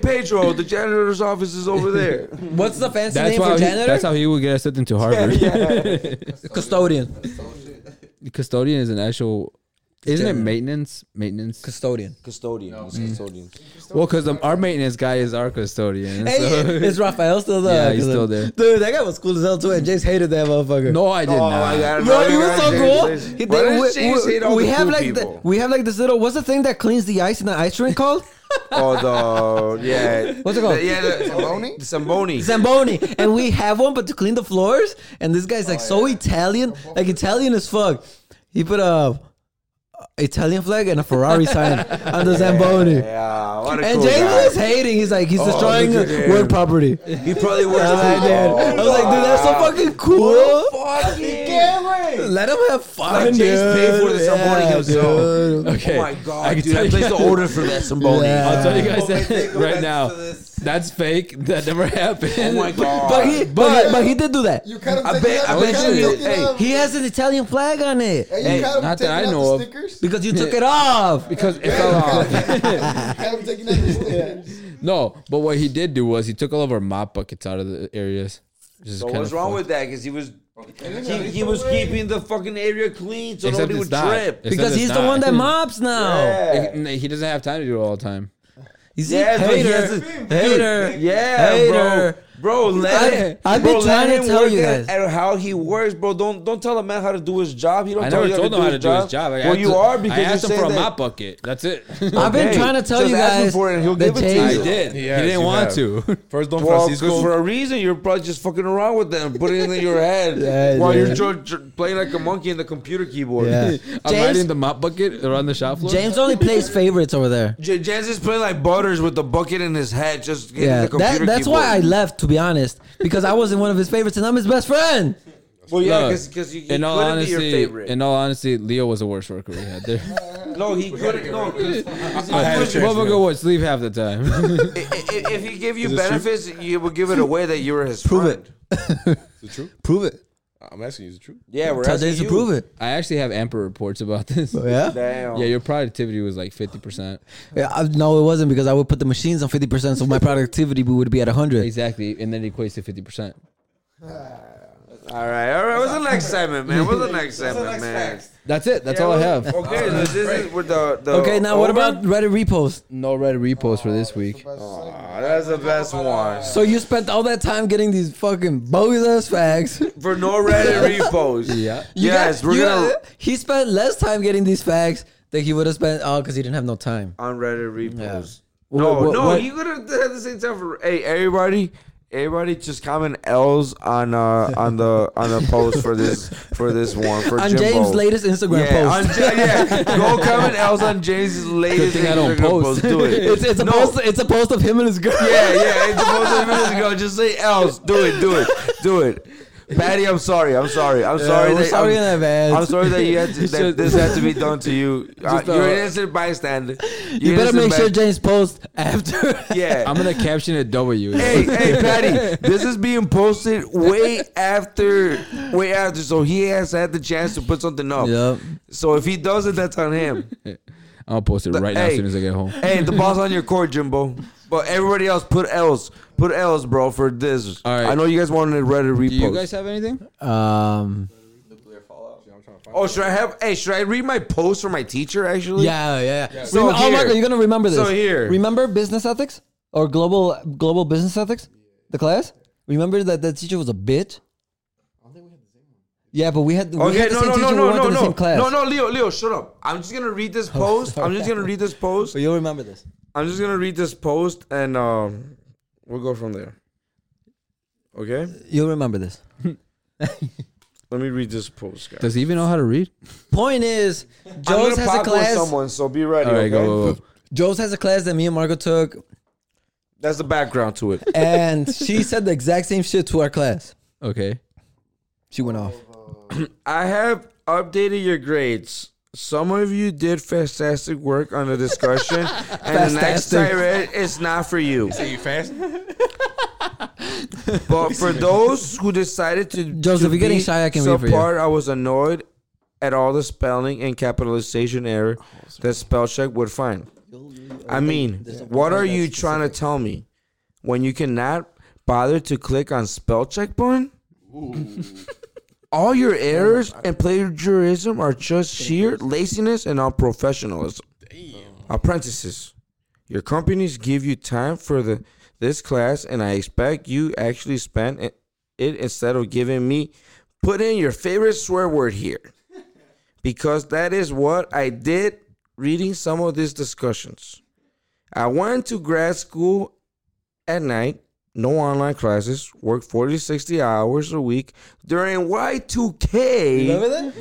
S3: Pedro, the janitor's office is over there.
S1: What's the fancy
S2: That's
S1: name
S2: why.
S1: for
S2: he-
S1: janitor?
S2: that's how he would get accepted to Harvard.
S1: custodian.
S2: The Custodian is an actual. Isn't it
S1: janitor.
S2: maintenance? Maintenance.
S1: Custodian.
S3: Custodian.
S4: Mm.
S3: Custodian.
S2: Well, because our maintenance guy is our custodian.
S1: Hey,
S2: so-
S1: is Raphael still there?
S2: Yeah, he's still there.
S1: Dude, that guy was cool as hell too, and James hated that motherfucker.
S2: no, I did
S3: Oh
S2: not.
S3: my god.
S1: Bro,
S3: bro,
S1: he
S3: you
S1: was
S3: guys
S1: so
S3: hate
S1: cool.
S3: this.
S1: He
S3: Why
S1: did-
S3: does James hate all
S1: we
S3: the
S1: have
S3: cool
S1: like the,
S3: people?
S1: we have like this little. What's the thing that cleans the ice in the ice rink called?
S3: Although, Oh, yeah.
S1: What's it called?
S3: The, yeah, the, Zamboni? Zamboni.
S1: Zamboni, and we have one, but to clean the floors. And this guy's like
S3: Oh,
S1: so Italian, like Italian as fuck. He put a Italian flag and a Ferrari sign on the Zamboni.
S3: yeah, what a
S1: And
S3: cool
S1: James
S3: guy. Oh,
S1: was hating. He's like, he's destroying
S3: look at
S1: work
S3: him.
S1: property.
S3: He probably works
S1: I
S3: at
S1: was like, dude. I was like, dude, that's so
S3: "Oh."
S1: fucking cool. Let him have fun,
S3: Like,
S1: dude.
S3: James paid for the Zamboni
S1: Yeah,
S3: himself.
S2: Okay.
S3: Oh my
S2: I
S3: god,
S2: can
S3: dude!
S2: tell
S3: I
S2: you-
S3: placed the order for that Zamboni.
S1: Yeah.
S2: I'll tell you
S3: Oh
S2: guys
S13: Okay,
S2: that
S13: go
S2: right
S13: back
S2: now.
S13: to this.
S2: That's fake. That never happened.
S3: Oh my god!
S1: But he, but, but he did do that.
S10: You kind of
S3: I
S10: I
S3: bet-
S10: bet,
S3: I
S10: out,
S3: bet
S10: you
S3: you-
S10: kinda
S3: hey,
S10: taking out-
S1: He has an Italian flag on it
S10: Hey, you
S2: Hey,
S10: kinda
S2: not that
S10: taking
S2: I
S10: out
S2: know
S10: the
S2: of.
S10: Stickers?
S1: because you took it off.
S2: because it fell off.
S10: Had him taking out the stickers.
S2: No, but what he did do was he took all of our mop buckets out of the areas. Just
S3: So
S2: kinda
S3: what's wrong
S2: fucked.
S3: with that? Because he was he, he was keeping the fucking area clean, so
S2: Except
S3: nobody would
S2: it's not.
S3: trip.
S2: Except
S1: Because
S2: it's
S1: he's the
S2: not.
S1: one that mops now.
S3: Yeah,
S2: It- he doesn't have time to do it all the time.
S1: You see,
S3: yeah, but he has
S1: hater,
S3: to-
S1: hater.
S3: dude, yeah, bro,
S1: Hater.
S3: bro. Let
S1: I-
S3: him,
S1: I've
S3: bro,
S1: been
S3: let
S1: trying to
S3: him
S1: tell
S3: work
S1: you
S3: at-
S1: guys.
S3: at how he works, bro. Don't don't tell a man how to do his job. He don't
S2: I
S3: tell
S2: never
S3: you how
S2: told him how to do his job. I
S3: well,
S2: asked
S3: you
S2: him-
S3: are because
S2: I asked
S3: you're
S2: him for a
S3: saying that-
S2: mop bucket. That's it.
S1: I've been
S3: Okay,
S1: trying to tell
S3: just
S1: you
S3: ask him
S1: guys
S3: for it and he'll
S1: that
S3: give it to
S1: James-
S3: you.
S2: I did. He,
S13: Yes,
S2: didn't
S13: you
S2: want
S13: have.
S2: to.
S13: First Don
S3: Well, 'cause
S13: Francisco.
S3: for a reason, you're probably just fucking around with them, putting it in your head
S1: Yeah,
S3: while
S1: dude.
S3: you're jo- jo- playing like a monkey in the computer keyboard.
S1: Yeah.
S2: I'm
S1: James-
S2: riding the mop bucket around the shop floor.
S1: James only plays favorites over there.
S3: J- Jazz is playing like Butters with the bucket in his head, just hitting
S1: Yeah,
S3: the computer
S1: that, that's
S3: keyboard.
S1: why I left, to be honest, because I wasn't one of his favorites, and I'm his best friend.
S3: Well, yeah,
S2: Look,
S3: because you, he
S2: in
S3: couldn't
S2: all
S3: be your
S2: honesty,
S3: favorite.
S2: in all honesty, Leo was the worst worker we had there.
S3: no, he couldn't. No, 'cause
S2: I
S13: had a choice,
S2: Motherfucker would sleep half the time.
S3: i- i- if he gave you benefits, you would give it away that you were his
S1: Prove
S3: friend.
S1: it.
S4: Is it true?
S1: Prove it.
S4: I'm asking you, is it true?
S3: Yeah, we're
S1: Tell
S3: asking
S1: James
S3: you.
S1: to prove it.
S2: I actually have Amper reports about this.
S1: Oh, Yeah.
S3: Damn.
S2: Yeah, your productivity was like fifty percent.
S1: yeah I, no, it wasn't because I would put the machines on fifty percent, so my productivity would be at hundred.
S2: Exactly, and then it equates to fifty percent.
S3: all right, all right. What's the next segment, man? What's the next segment, man?
S2: That's it. That's all I have.
S3: Okay, so this is with the, the
S1: Okay, now what
S3: over?
S1: about Reddit repost?
S2: No red repost for this week.
S3: Aw, that's the best one.
S1: So you spent all that time getting these fucking bogus ass facts.
S3: For no Reddit repost.
S2: Yeah.
S1: You
S3: Yes,
S1: got-
S3: we're
S1: you
S3: gonna
S1: got- he spent less time getting these facts than he would have spent oh because he didn't have no time.
S3: on Reddit repost.
S1: Yeah.
S3: No,
S1: What- what-
S3: no,
S1: what-
S3: you could have done the same time for hey everybody. Everybody, just comment L's on uh on the on the post for this for this one for
S1: On
S3: Jimbo.
S1: James' latest Instagram
S3: yeah,
S1: post.
S3: on Ja- yeah, go comment L's on James' latest
S2: thing I don't
S3: Instagram
S2: post.
S3: post. Do it.
S1: Oh, it's, it's a post it's a post of him and his girl.
S3: Yeah, yeah, it's a post a minutes ago. Just say L's. Do it. Do it. Do it. Patty, I'm sorry. I'm sorry. I'm sorry.
S1: we're
S3: that,
S1: sorry
S3: I'm,
S1: in advance.
S3: I'm sorry that you had to, that
S2: Just-
S3: this had to be done to you. Uh,
S2: Just, uh,
S3: you're an innocent bystander. You're
S1: You better
S3: innocent
S1: make sure
S3: by-
S1: James posts after.
S3: Yeah.
S2: I'm gonna caption it W.
S3: hey, hey, Patty, this is being posted way after, way after. So he has had the chance to put something up.
S1: Yep.
S3: So if he doesn't, that's on him.
S2: I'll post it right now as
S3: hey.
S2: soon as I get home.
S3: Hey, the ball's on your court, Jimbo. But everybody else, put L's, put L's, bro, for this.
S2: All right.
S3: I know you guys wanted to read a repost.
S2: Do you guys have anything?
S1: Um,
S3: oh, should I have? Hey, should I read my post for my teacher? Actually,
S1: yeah, yeah. yeah.
S3: So
S1: Remem- oh,
S3: here-
S1: Michael, you're gonna remember this.
S3: so here.
S1: remember business ethics or global global business ethics, the class. Remember that that teacher was a bitch. Yeah, but we had we
S3: Okay,
S1: had the
S3: no,
S1: same
S3: no,
S1: teacher.
S3: no,
S1: we
S3: no,
S1: went
S3: no,
S1: to the
S3: no,
S1: same class. Oh,
S3: no, no, Leo, Leo, shut up. I'm just gonna read this post. I'm just gonna read this post.
S1: But you'll remember this.
S3: I'm just gonna read this post, and um, we'll go from there. Okay,
S1: You'll remember this.
S3: let me read this post, guys.
S2: Does he even know how to read?
S1: Point is,
S3: I'm
S1: Joe's has a
S3: pop with
S1: class.
S3: someone, so be ready.
S2: All right,
S3: okay?
S2: go, go, go.
S1: Joe's has a class that me and Marco took,
S3: That's the background to it.
S1: and she said the exact same shit to our class.
S2: Okay.
S1: She went off.
S3: I have updated your grades. Some of you did fantastic work on the discussion, and the next
S1: Fantastic.
S3: tirade is not for you. But for those who decided to,
S1: Joseph,
S3: to
S1: you're getting
S3: be
S1: shy, I can read for you.
S3: subpar, I was annoyed at all the spelling and capitalization error that spell check would find. I mean, what are you trying to tell me when you cannot bother to click on spell check button? All your errors and plagiarism are just sheer laziness and unprofessionalism. Apprentices, your companies give you time for the this class, and I expect you actually spend it it instead of giving me put in your favorite swear word here, because that is what I did reading some of these discussions. I went to grad school at night, no online classes, worked 40, 60 hours a week during Y2K.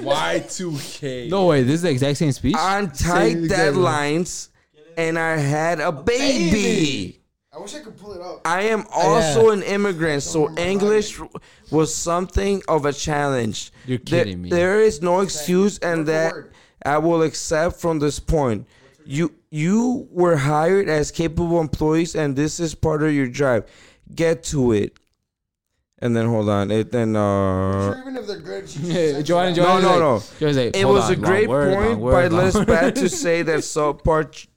S4: Y2K.
S2: No way. This is the exact same speech.
S3: on tight deadlines and I had a baby.
S10: I wish I could pull it up.
S3: I am
S2: Oh,
S3: also an immigrant, so English was something of a challenge.
S2: You're
S3: There-
S2: kidding me.
S3: There is no excuse, and that I will accept from this point. You you were hired as capable employees, and this is part of your drive. Get to it. And then hold on. It then uh.
S10: Sure, even if they're good, she
S2: Hey,
S10: just
S2: Joanna,
S3: No,
S10: Joanna,
S2: Joanna's
S3: no,
S2: like-
S3: no.
S2: Joanna's like,
S3: It
S2: "Hold
S3: was
S2: on,
S3: a
S2: long
S3: great
S2: word, long
S3: point
S2: word,
S3: by
S2: long
S3: Lesbat to say that subpar ch-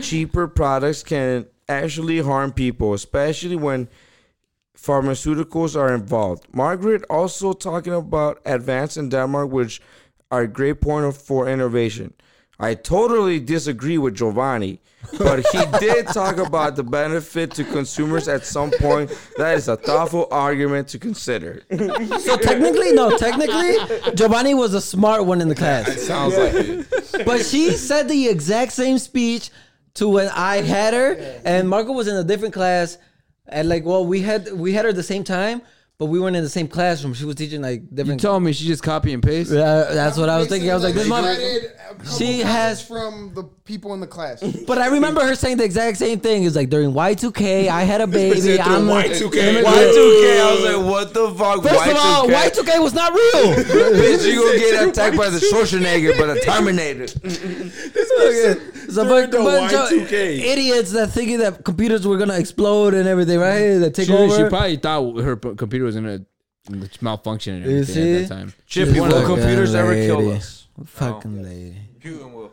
S3: cheaper products can actually harm people, especially when pharmaceuticals are involved. Margaret also talking about advance in Denmark, which are a great point of, for innovation. I totally disagree with Giovanni, but he did talk about the benefit to consumers at some point. That is a thoughtful argument to consider.
S1: So technically, no, technically, Giovanni was a smart one in the class.
S13: Sounds like it.
S1: But she said the exact same speech to when I had her, and Marco was in a different class. And like, well, we had we had her the same time, but we weren't in the same classroom. She was teaching like
S2: You
S1: different.
S2: told me she just copy and paste.
S1: Yeah, that's what I was thinking. I was like, this mom. She
S10: She
S1: has-
S10: has from the people in the class.
S1: But I remember her saying the exact same thing. It's like during Y2K, I had a baby. I'm a-
S3: Y2K, I was like, what the fuck?
S1: First of all, Y2K was not real.
S3: Bitch, you gonna get attacked by the Schwarzenegger, by the Terminator.
S1: So, but,
S4: the
S1: but so-
S4: Y2K.
S1: idiots that thinking that computers were gonna explode and everything, right? That take
S2: She,
S1: over.
S2: she probably thought her p- computer was gonna malfunction and
S1: You
S2: everything at
S1: see?
S2: that time.
S3: Chippy,
S1: Fucking
S3: will computers ever
S1: lady.
S3: kill us?
S1: Fucking lady.
S3: will.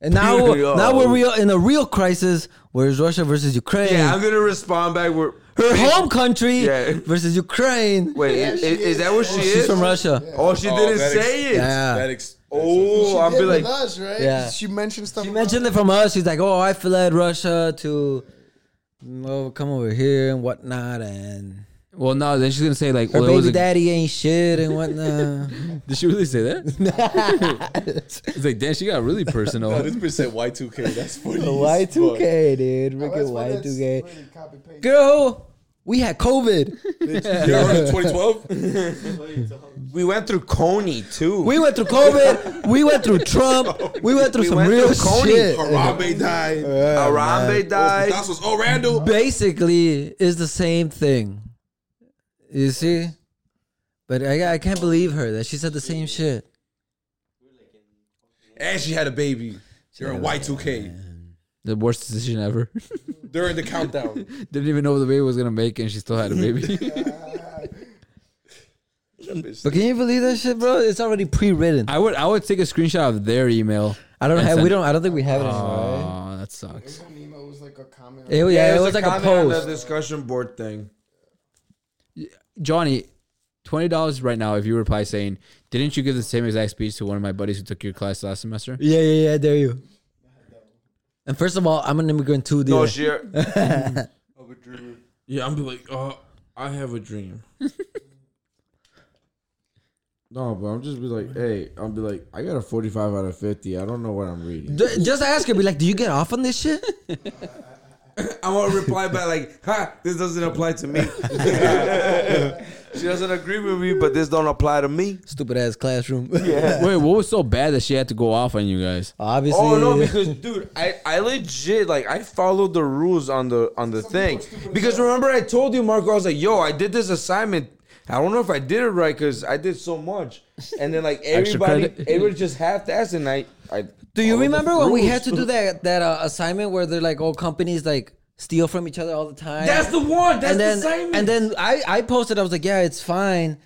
S1: And now,
S3: Yo.
S1: now we're real in a real crisis where it's Russia versus Ukraine.
S3: Yeah, I'm gonna respond back. With,
S1: Her home country
S3: Yeah.
S1: versus Ukraine.
S3: wait, i- i- is, that what she
S1: She's
S3: is?
S1: from Russia.
S3: Oh, she didn't
S4: that
S3: say it.
S1: Yeah.
S4: That ex-
S3: Oh,
S10: She
S3: I'll be
S10: did
S3: like,
S10: with us, right?
S1: Yeah.
S10: She mentioned stuff.
S1: She
S10: about-
S1: mentioned it from us. She's like, "Oh, I fled Russia to, oh, come over here and whatnot, and
S2: Well, no, then she's gonna say like,
S1: her
S2: well, it was
S1: baby
S2: a-
S1: daddy ain't shit and whatnot."
S2: Did she really say that? it's like, damn, she got really personal.
S4: No, Oh, this bitch said Y2K. That's funny.
S1: Y
S4: as
S1: two
S4: fuck.
S1: K, dude.
S10: Oh,
S1: Freaking
S10: that's why
S1: Y
S10: that's
S1: two K.
S10: really copy-paste.
S1: Girl, we had COVID.
S4: You ever heard of 2012?
S3: we went through Coney too.
S1: We went through COVID. we went through Trump. We went through
S3: We
S1: some
S3: went
S1: real
S3: through Coney.
S1: shit.
S4: Harambe died.
S3: Arambe Uh, died.
S4: That was oh Randall.
S1: Basically, it's the same thing. You see, but I I can't believe her that she said the same shit.
S4: And she had a baby during Y2K
S2: the worst decision ever.
S4: during the countdown.
S2: Didn't even know what the baby was gonna make, and she still had a baby.
S1: But can you believe that shit, bro? It's already pre-written.
S2: I would, I would take a screenshot of their email
S1: I don't
S2: It's
S1: have.
S2: an-
S1: we don't. I don't think we have it anymore. right?
S2: Oh, that sucks.
S10: Everyone email was like a comment.
S1: It, yeah, it was like a
S3: comment on
S1: post.
S3: the discussion board thing.
S2: Johnny, twenty dollars right now if you reply saying, "Didn't you give the same exact speech to one of my buddies who took your class last semester?"
S1: Yeah, yeah, yeah. There you. And first of all, I'm an immigrant too. Dude.
S14: No shit.
S3: Yeah, I'm be like, oh, I have a dream. no, but I'm just be like, hey, I'll be like, I got a 45 out of 50. I don't know what I'm reading.
S1: D- just ask her. Be like, do you get off on this shit?
S3: I'm gonna reply back like, ha, this doesn't apply to me.
S14: She doesn't agree with me, but this don't apply to me.
S1: Stupid ass classroom.
S2: Wait, what was so bad that she had to go off on you guys?
S1: Obviously.
S14: Oh no, because dude, I, I legit like I followed the rules on the on the thing.
S3: Because remember, I told you, Marco, I was like, yo, I did this assignment. I don't know if I did it right because I did so much. And then, like,
S2: Extra
S3: everybody,
S2: credit.
S3: everybody just half the ass, and I, I
S1: do you
S3: followed the
S1: remember when we
S3: rules.
S1: had to do that that uh, assignment where they're like, all companies like steal from each other all the time?
S3: That's the one. That's
S1: and then
S3: the assignment.
S1: and then I I posted. I was like, yeah, it's fine.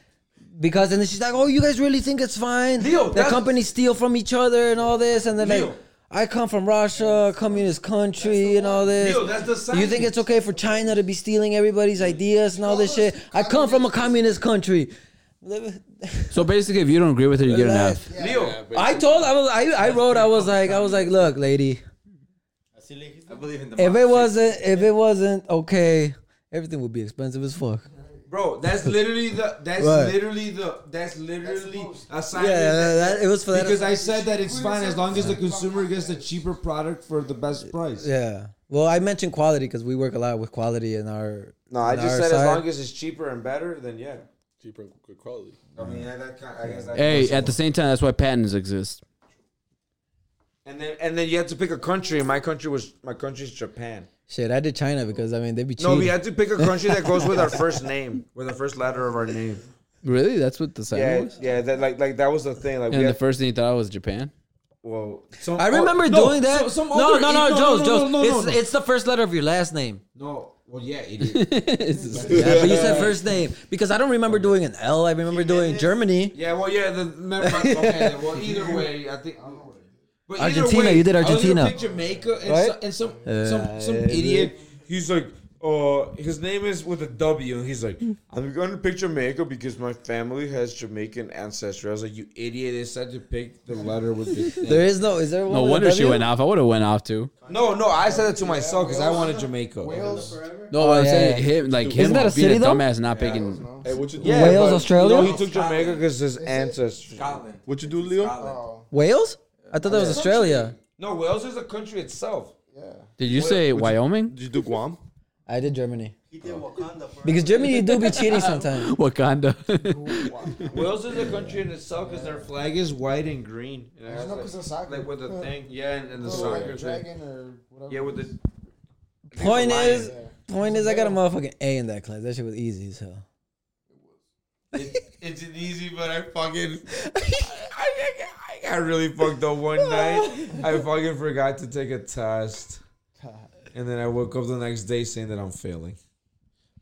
S1: Because and then she's like, "Oh, you guys really think it's fine?
S3: Leo,
S1: the
S3: that's-
S1: companies steal from each other and all this, and then like,
S3: Leo.
S1: I come from Russia, communist country, and all this.
S3: Leo, that's the
S1: you think
S3: science.
S1: it's okay for China to be stealing everybody's ideas and all this shit? I come from a communist country.
S2: So basically, if you don't agree with her, you get an F.
S3: Leo,
S1: I told I was I, I wrote I was like I was like look lady if it wasn't if it wasn't okay everything would be expensive as fuck
S3: bro, that's literally the that's
S1: What?
S3: literally the that's literally
S1: yeah
S3: assignment.
S1: that,
S3: that-
S1: that- it was for that
S3: because I said that it's fine as long as the consumer gets the cheaper product for the best price.
S1: yeah well I mentioned quality because we work a lot with quality in our
S14: No, I
S1: in
S14: just
S1: our
S14: said as
S1: side.
S14: long as it's cheaper and better, then yeah.
S4: Cheaper and good quality.
S3: I mean, yeah, that kind, I guess that
S2: Hey, at the same time, that's why patents exist.
S14: And then and then you had to pick a country. and My country was my country's Japan.
S1: shit I did China because I mean they be
S14: No,
S1: cheating
S14: we had to pick a country that goes with our first name, with the first letter of our name.
S2: Really? That's what the sign
S14: Yeah,
S2: was.
S14: yeah. That like like that was the thing. Like we
S2: And the
S14: had,
S2: first thing you thought was Japan.
S14: well,
S1: I
S3: oh,
S1: remember doing that Oh, no, no no no Joe's Joe's it's it's the first letter of your last name
S3: no. Well, yeah, it is.
S1: yeah but you said first name because I don't remember doing an L I remember doing Germany
S3: yeah, well, yeah. The never mind. okay, well, either way, I think. But either
S1: Argentina,
S3: way,
S1: you did
S3: I was gonna
S1: Argentina.
S3: pick Jamaica and,
S1: Right? Uh,
S3: so- and some some some idiot.
S14: he's like, uh, his name is with a W, and he's like, I'm going to pick Jamaica because my family has Jamaican ancestry. I was like, you idiot! They said to pick the letter with the.
S1: there is no is there one
S2: No
S1: with a
S2: wonder she
S1: W?
S2: went off. I would have went off too.
S14: No, no, I said it to myself
S3: myself because I wanted Jamaica.
S2: No, what I'm
S10: Oh,
S1: yeah,
S2: saying
S1: yeah.
S2: him like
S1: Isn't
S2: him
S1: that a
S2: being
S1: city,
S2: a
S1: though?
S2: dumbass not picking.
S4: Hey, what you do?
S14: Yeah,
S1: Wales,
S14: but,
S1: Australia?
S14: You know, he took Jamaica because his ancestry.
S4: What you do, Leo?
S10: Oh,
S1: Wales I thought that was Australia
S14: No, Wales is a country itself.
S2: Did you say Wyoming?
S4: Did you do Guam?
S1: I did Germany because Germany do be cheating sometimes
S2: Wakanda.
S14: Wales is a country in itself because their flag is white and green. And I
S10: There's
S14: was
S10: no
S14: like-
S10: because of soccer.
S14: like with the thing, yeah, and, and the
S10: Oh,
S14: soccer thing.
S10: dragon or whatever. Uh,
S14: Yeah, with the
S1: Point
S14: Lion.
S1: is, point is, I got a motherfucking A in that class. That shit was easy as hell.
S14: It's an easy, but I fucking. I, I, I got really fucked up one night. I fucking forgot to take a test. And then I woke up the next day saying that I'm failing.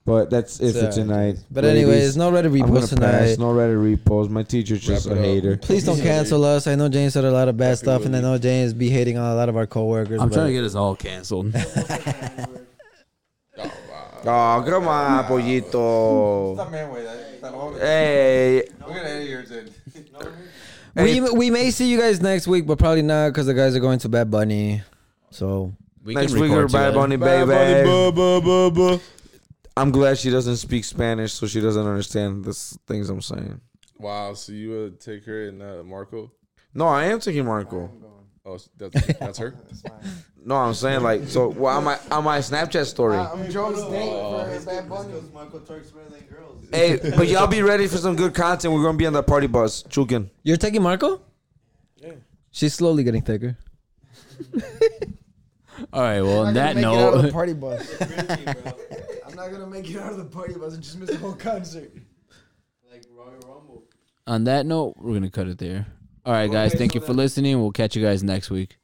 S3: But that's if
S1: So,
S3: it's tonight.
S1: But anyways, no ready
S3: I'm gonna
S1: repost tonight.
S3: pass. No ready repos. My teacher's just
S4: Wrap
S3: a
S4: it up.
S3: hater.
S1: Please don't cancel us. I know James said a lot of bad stuff, and I
S4: Willie.
S1: know James be hating on a lot of our coworkers.
S2: I'm
S1: but
S2: trying to get us all canceled.
S14: Oh, come on, pollito. Hey.
S4: We're gonna end here, dude.
S1: we we may see you guys next week, but probably not because the guys are going to Bad Bunny. So
S2: We
S14: Next week, we're Bad Bunny,
S3: Bad
S14: baby.
S3: Bunny, buh, buh, buh, buh. I'm glad she doesn't speak Spanish, so she doesn't understand the s- things I'm saying.
S4: Wow, so you would take her and uh, Marco?
S3: No, I am taking Marco.
S4: Oh, that's, that's her?
S3: No, I'm saying like so. Well, on my on my Snapchat story.
S10: I'm Joe's date for Bad Bunny.
S3: hey, but y'all be ready for some good content. We're gonna be on the party bus, Chukin.
S1: you're taking Marco? Yeah. She's slowly getting thicker.
S2: All right. Well, on
S10: I'm not
S2: that
S10: gonna make it out of the
S2: note,
S10: party bus. I'm not gonna make it out of the party bus and just miss the whole concert.
S2: on that note, we're gonna cut it there. All right, guys. Thank you for listening. We'll catch you guys next week.